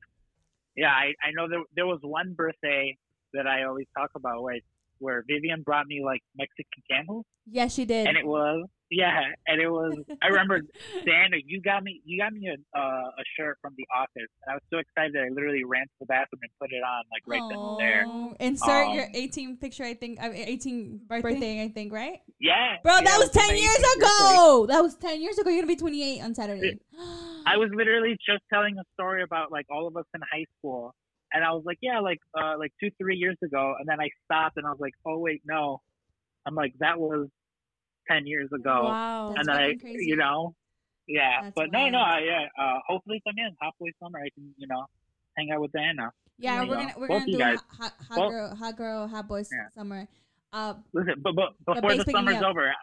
yeah, I I know there there was one birthday that I always talk about where I, where Vivian brought me like Mexican candles, Yes, she did. and it was yeah, and it was I remember Santa, you got me you got me a uh, a shirt from the office, and I was so excited that I literally ran to the bathroom and put it on like right then and there. Aw. Insert your Um, 18 picture, I think. uh, 18 birthday, I think, right? Yeah. Bro, yeah, that it was 10 amazing years birthday. ago. That was 10 years ago. You're gonna be 28 on Saturday. I was literally just telling a story about like all of us in high school, and I was like, yeah, like uh, like two, three years ago, and then I stopped and I was like, oh wait, no, I'm like that was ten years ago, Wow. and then I, fucking crazy. you know, yeah, That's but no, no, wild. I, yeah, uh, hopefully come in, hopefully summer I can, you know, hang out with Diana. Yeah, you we're know, gonna we're both gonna do you guys. hot, hot, hot Both- girl, hot girl, hot boys Yeah. summer. Uh, Listen, but, but before bass the picking me summer's up. over,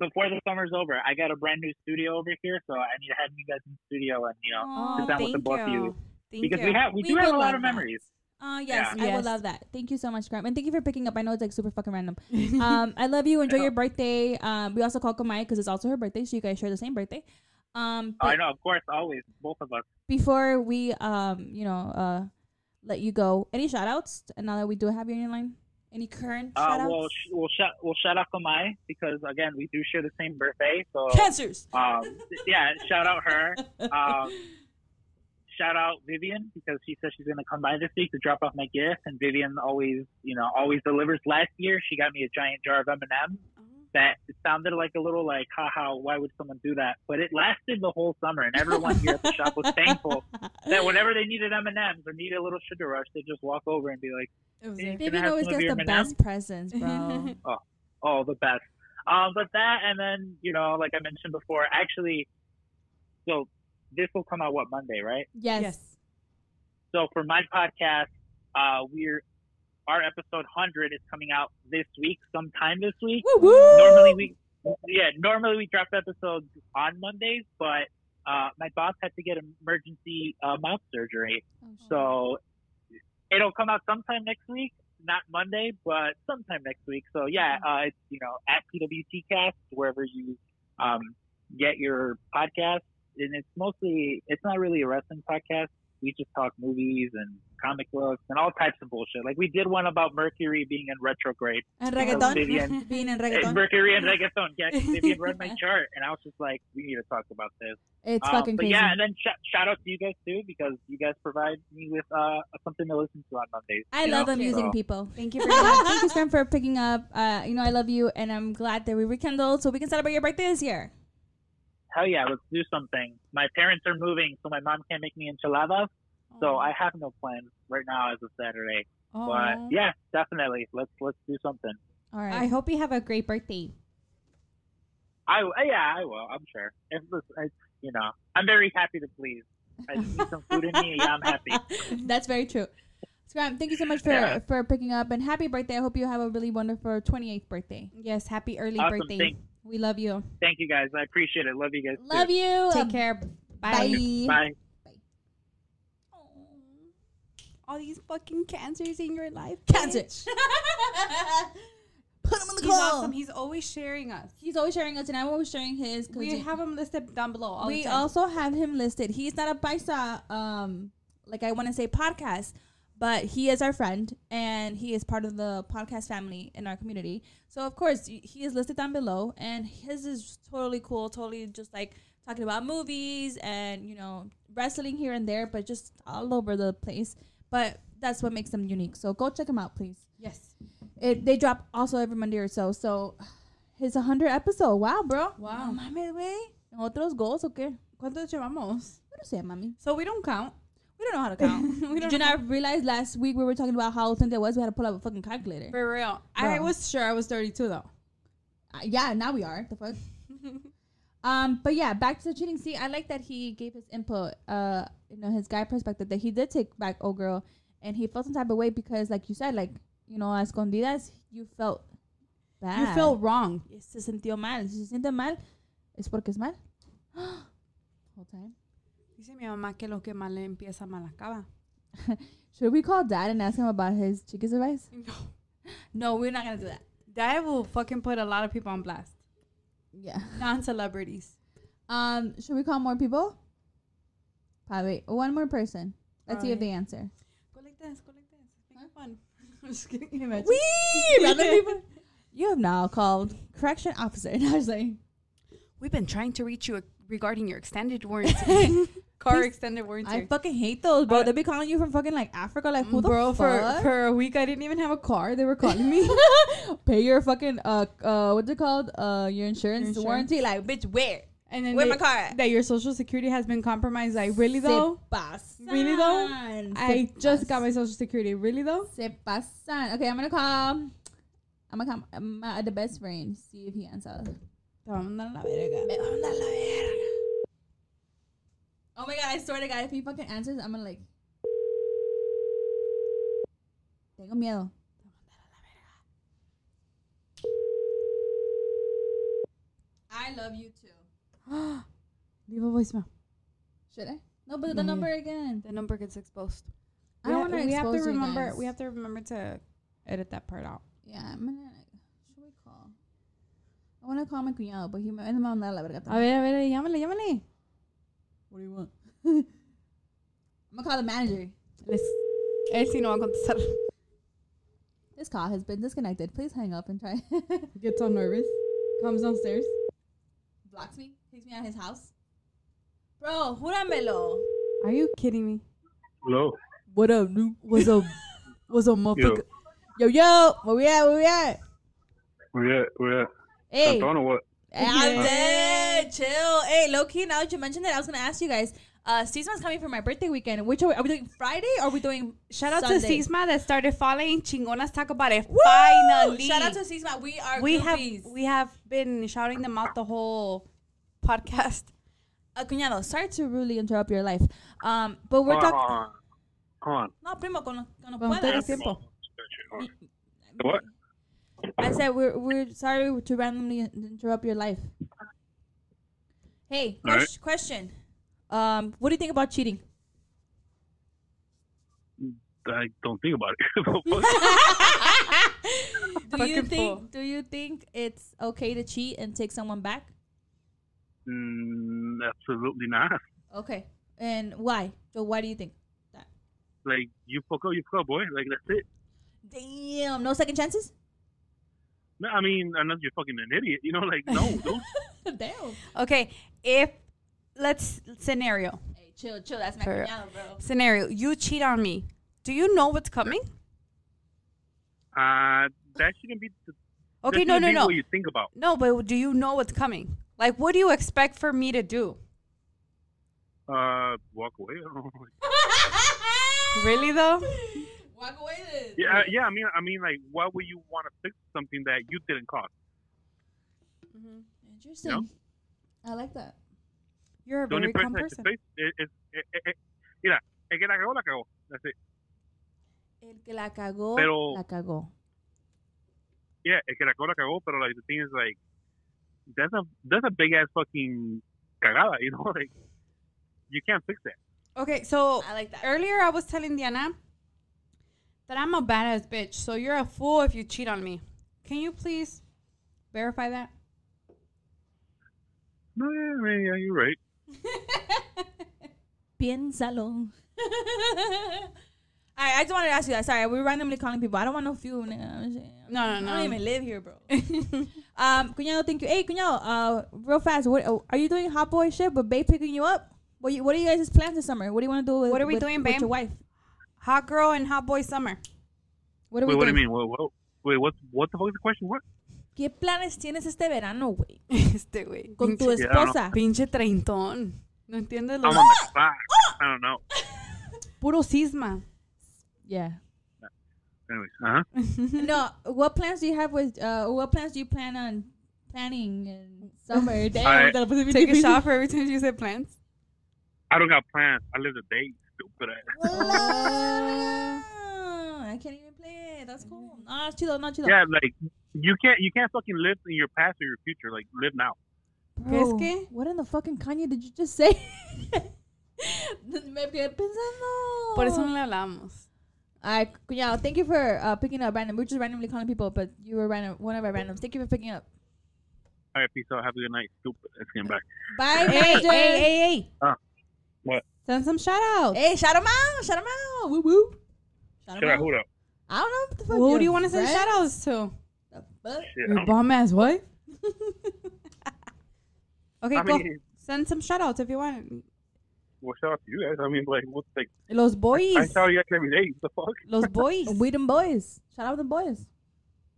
before the summer's over, I got a brand new studio over here, so I need to have you guys in the studio and you know Oh, Sit down with thank the both of you. you. Thank because you. we have we, do would have a lot love of that. memories. Uh, yes, Yeah. I would Yes. love that. Thank you so much, Graham, and thank you for picking up. I know it's like super fucking random. Mm-hmm. Um, I love you. Enjoy your birthday. Um, we also call Kamaya because it's also her birthday, so you guys share the same birthday. Um, Oh, but I know, of course, always both of us. before we um, you know, uh, let you go, any shout outs? And now that we do have you in line, any current shout Uh, outs? we'll sh- we'll shout we'll shout out Kamai because again we do share the same birthday, so Cancers. um, yeah, shout out her. Um, shout out Vivian because she said she's going to come by this week to drop off my gift. And Vivian always, you know, always delivers. Last year, she got me a giant jar of M&Ms Oh. that it sounded like a little like, haha, why would someone do that? But it lasted the whole summer, and everyone here at the shop was thankful that whenever they needed M&Ms or needed a little sugar rush, they just walk over and be like, It was "Hey, it. can I Vivian have always some of gets your the M&Ms?" best presents, bro. oh, the best. Um, but that, and then you know, like I mentioned before, actually, so this will come out what Monday, right? yes. Yes. So for my podcast, uh, we're our episode hundred is coming out this week, sometime this week. Woo woo. Normally we, yeah, normally we drop episodes on Mondays, but uh, my boss had to get emergency uh, mouth surgery, Oh, so it'll come out sometime next week. Not Monday, but sometime next week. So yeah, uh, it's you know at PWTcast wherever you um, get your podcast, and it's mostly it's not really a wrestling podcast. We just talk movies and comic books and all types of bullshit. Like we did one about Mercury being in retrograde. And Because Vivian- reggaeton. Being in It's reggaeton. Mercury and reggaeton. Yeah, 'cause Vivian read my chart, and I was just like, we need to talk about this. It's Um, fucking but crazy. yeah, and then sh- shout out to you guys too because you guys provide me with uh, something to listen to on Mondays. I you love know? amusing So- people. Thank you Thank very you, much. Thank you, Sven, for picking up. Uh, you know, I love you, and I'm glad that we rekindled so we can celebrate your birthday this year. Hell yeah, let's do something. My parents are moving, so my mom can't make me enchiladas, so I have no plans right now as of Saturday. But Aw. yeah, definitely, let's let's do something. All I right. hope you have a great birthday. I yeah, I will. I'm sure. If it's, you know, I'm very happy to please. I just need some food in me. Yeah, I'm happy. That's very true. Scram, thank you so much for, Yeah. for picking up and happy birthday. I hope you have a really wonderful 28th birthday. Yes, happy early Awesome. birthday. Thank, We love you. thank you guys. I appreciate it. Love you guys. Love you. Um, Take care. Bye. Bye. Too. Bye. All these fucking cancers in your life. Cancer. bitch. Put him on the He's call. awesome. He's always sharing us. He's always sharing us, and I'm always sharing his. 'cause We he- have him listed down below. All we the time. also have him listed. He's not a paisa, um, like I want to say podcast, but he is our friend and he is part of the podcast family in our community. So of course y- he is listed down below, and his is totally cool, totally just like talking about movies and you know wrestling here and there, but just all over the place. But that's what makes them unique. So go check him out, please. yes. It, they drop also every Monday or so. So his 100 episode. Wow, bro. Wow. No mames, güey. ¿Otros goals o qué? ¿Cuántos llevamos? What do you say, mami? So we don't count. We don't know how to count. We Did don't you not realize last week we were talking about how thin it was? We had to pull out a fucking calculator. For real. I Bro. was sure I was 32 though. Uh, yeah, now we are. The fuck? um, but yeah, back to the cheating. See, I like that he gave his input, uh, you know, his guy perspective that he did take back old girl and he felt some type of way because, like you said, like, you know, escondidas, you felt bad. You feel wrong. se sintió mal. Si se siente mal, es porque es mal. Whole time. Dice mi mamá que lo que mal empieza mal acaba. Should we call dad and ask him about his chicas advice? No. No, we're not gonna do that. That will fucking put a lot of people on blast. Yeah. Non celebrities. Um, should we call more people? Probably one more person. Let's see if they answer. Go like this, go like this. Make it fun. I'm just kidding. Imagine. We rather people. You have now called correction officer. And I was like, We've been trying to reach you regarding your extended warranty. Car extended warranty. I fucking hate those, bro. Uh, they be calling you from fucking like Africa. Like, who Bro, the for, fuck? for a week I didn't even have a car. They were calling me. Pay your fucking uh uh what's it called uh your insurance, insurance. warranty. Like, bitch, where? And then Where they- my car at? That your social security has been compromised. Like, really though? Se pasan. Really though? I Se just pas- got my social security. Really though? Se pasan. Okay, I'm gonna call. I'm gonna call my, the best friend. See if he answers. Te va a mandar a la verga. Me va a mandar la verga. Oh my god, I swear to god, if he fucking answers, I'm gonna like. Tengo miedo. I love you too. Leave a voicemail. Should I? No, but the No, number again. The number gets exposed. I don't want to we expose have to you remember. guys. We have to remember to edit that part out. Yeah, I'm gonna. Should we call? I want to call my cuñado, but he me va a mandar la verga. A ver, a ver, llámale, llámale. What do you want? I'm gonna call the manager. Les, él sí no va a contestar. This call has been disconnected. Please hang up and try. Gets all nervous. Comes downstairs. Blocks me. Takes me out of his house. Bro, júramelo. Are you kidding me? Hello. What up, dude? What's up? What's up, Yo, motherfucker? Yo, yo, where we at? Where we at? we're at, we're at Hey, Cantón or what? I'm dead. Chill. Hey, low key. Now that you mentioned that, I was gonna ask you guys. Uh, Season's coming for my birthday weekend. Which are we, are we doing? Friday? Or are we doing? Shout out Sunday? to Sisma that started following Chingonas Talk About It. Woo! Finally. Shout out to Seasma. We are we have groupies. we have been shouting them out the whole podcast. uh, cuñado. Sorry to really interrupt your life. Um, but we're Ah. Hold on, talking. hold on. Hold on. No, primo, con, con Con todo el puedas. tiempo. Hold on. What? I said we're we're sorry to randomly interrupt your life. Hey, All right. ques- question. Um, what do you think about cheating? I don't think about it. Do you Fucking think fool. do you think it's okay to cheat and take someone back? mm, absolutely not. Okay. And why? So why do you think? Like you fuck up, you fuck up, boy. Like that's it. Damn, no second chances? No, I mean, unless you're fucking an idiot, you know, like no, don't. Damn. Okay, if let's scenario Hey, chill, chill. That's my For- cuñado, bro. scenario you cheat on me. Do you know what's coming? Uh, that shouldn't be. that Okay, no, shouldn't no, be no, What you think about? no. But do you know what's coming? Like, what do you expect for me to do? Uh, walk away. I don't know. Really though? Walk away then. yeah, I- yeah. I mean, I mean, like, why would you want to fix something that you didn't cause? Interesting. No. I like that. You're a The only very person calm that person. should fix it is, eh, eh, eh, mira, el que la cagó la cagó. That's it. El que la Oh cagó, Pero- la cagó. Yeah, el que la cagó la cagó. But like, the thing is, like, that's a that's a big ass fucking cagada. You know, like, you can't fix that. Okay, so I like that. earlier I was telling Diana that I'm a badass bitch, so you're a fool if you cheat on me. Can you please verify that? No, yeah, yeah, yeah, you're right. Piénsalo. I, I just wanted to ask you that. Sorry, we're randomly calling people. I don't want no fuel. Nigga. No, no, I don't no. even live here, bro. um, cuñado, thank you. Hey, cuñado, uh, real fast, what are you doing? Hot boy shit, but babe picking you up. What you, What are you guys' plans this summer? What do you want to do? With, What are we with- doing, with babe? Your wife. Hot girl and hot boy summer. What are Wait, we what do you doing? mean? What, what, wait, what? What the fuck is the question? What? ¿Qué planes tienes este verano, güey? este güey. Con tu pinche- Yeah, I don't know. esposa. Pinche treintón. No entiendes lo I'm on the clock. I don't know. puro cisma. Yeah. Anyways, uh huh. no, what plans do you have with? Uh, what plans do you plan on planning in summer? Damn, I- that was Take a difícil. shot for every time you say plants. I I don't got plans. I live the day, stupid ass. Ah, I can't even play it. That's cool. No, it's chido, no, chido. Yeah, like you can't you can't fucking live in your past or your future. Like live now. Bro, ¿Crees que? What in the fucking Kanye did you just say? Me quedé pensando. Por eso no le hablamos. I, yeah, thank you for uh, picking up random. We're just randomly calling people, but you were random, one of our randoms. Thank you for picking up. All right, peace out. Have a good night, stupid. Let's get back. Bye, Hey, hey, Major. hey, hey. Ah, what? Send some shout outs. Hey, shout him out. Shout him out. Woo woo. Shout Should I hold up? I don't know what the fuck. Who do you want to send say? shout outs to? Shit. Your bomb ass wife? Okay, I go. mean, Send some shout outs if you want. well, shout out to you guys. I mean, like, what's like? Los I boys. shout you guys every day. What the fuck? Los boys. We them boys. Shout out the boys.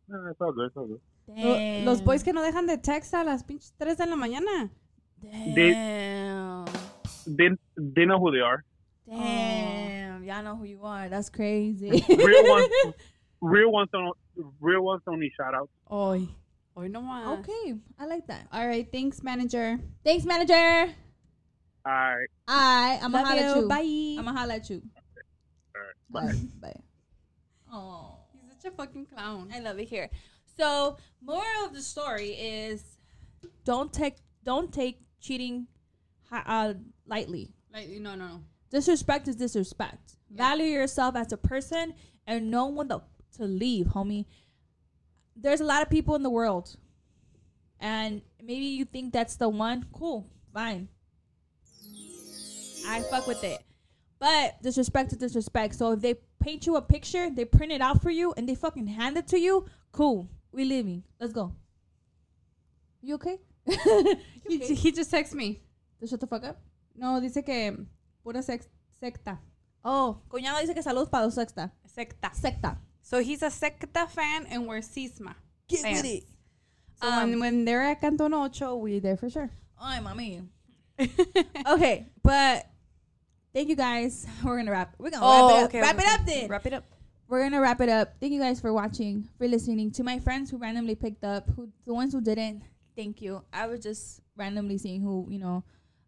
Nah, it's all good. It's all good. Lo- Los boys que no dejan de text a las pinches 3 de la mañana. Damn. They they know who they are. Damn. Y'all know who you are. That's crazy. Real ones. real ones don't. Real ones don't need shout outs. Oh. Hoy. Hoy no más. okay. I like that. All right, thanks, manager. Thanks, manager. All right. I I'm gonna Love holla at you. Bye. I'm gonna holla at you. Bye. Bye. Oh, He's such a fucking clown. I love it here. So, moral of the story is, don't take don't take cheating, hi- uh, lightly. Like, no, no, no. Disrespect is disrespect. Value yourself as a person and know when the, to leave, homie. There's a lot of people in the world, and maybe you think that's the one. Cool, fine. I fuck with it. But disrespect is disrespect. So if they paint you a picture, they print it out for you, and they fucking hand it to you, cool. We leaving. Let's go. You okay? He, he just texted me. Just shut the fuck up. No, dice que pura sex Secta. Oh, cuñado dice que saludos para los secta. Secta. Secta. So he's a Secta fan and we're Sisma. Um, Get with it. So when, when they're at Canton Ocho, we're there for sure. Ay, mami. Okay, but thank you guys. We're gonna wrap. We're gonna Oh, wrap it up. okay, wrap okay, it up then. Wrap it up. We're gonna wrap it up. Thank you guys for watching, for listening. To my friends who randomly picked up, who the ones who didn't, thank you. I was just randomly seeing who you know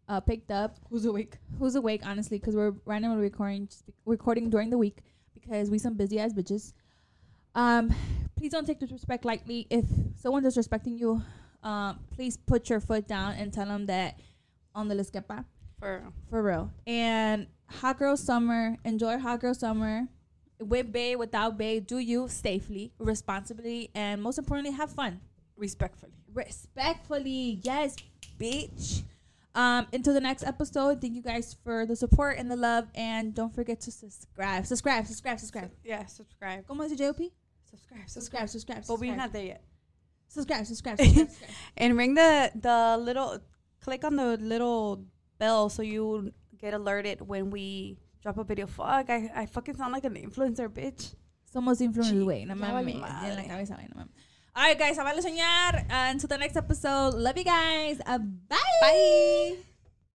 uh, picked up, Who's awake? who's awake, honestly, because we're randomly recording just be- recording during the week because we some busy ass bitches. Um, please don't take disrespect lightly. If someone's disrespecting you, um, please put your foot down and tell them that on the liskepa. For For real. And hot girl summer. Enjoy hot girl summer. With bay, without bay, do you safely, responsibly, and most importantly, have fun. respectfully. Respectfully, yes, bitch. Um, until the next episode, thank you guys for the support and the love, and don't forget to subscribe, subscribe, subscribe, subscribe. Yeah, subscribe. Como dice JOP? Subscribe. Subscribe, subscribe, But we're subscribe, not there yet. subscribe, subscribe, subscribe. subscribe. And ring the the little click on the little bell so you get alerted when we drop a video. Fuck, I, I fucking sound like an influencer, bitch. Somos influencers, Sí, güey. No ya valió mames. madre. En la cabeza, güey. No mames. All right, guys. I a soñar. Uh, until the next episode. Love you guys. Uh, bye. Bye.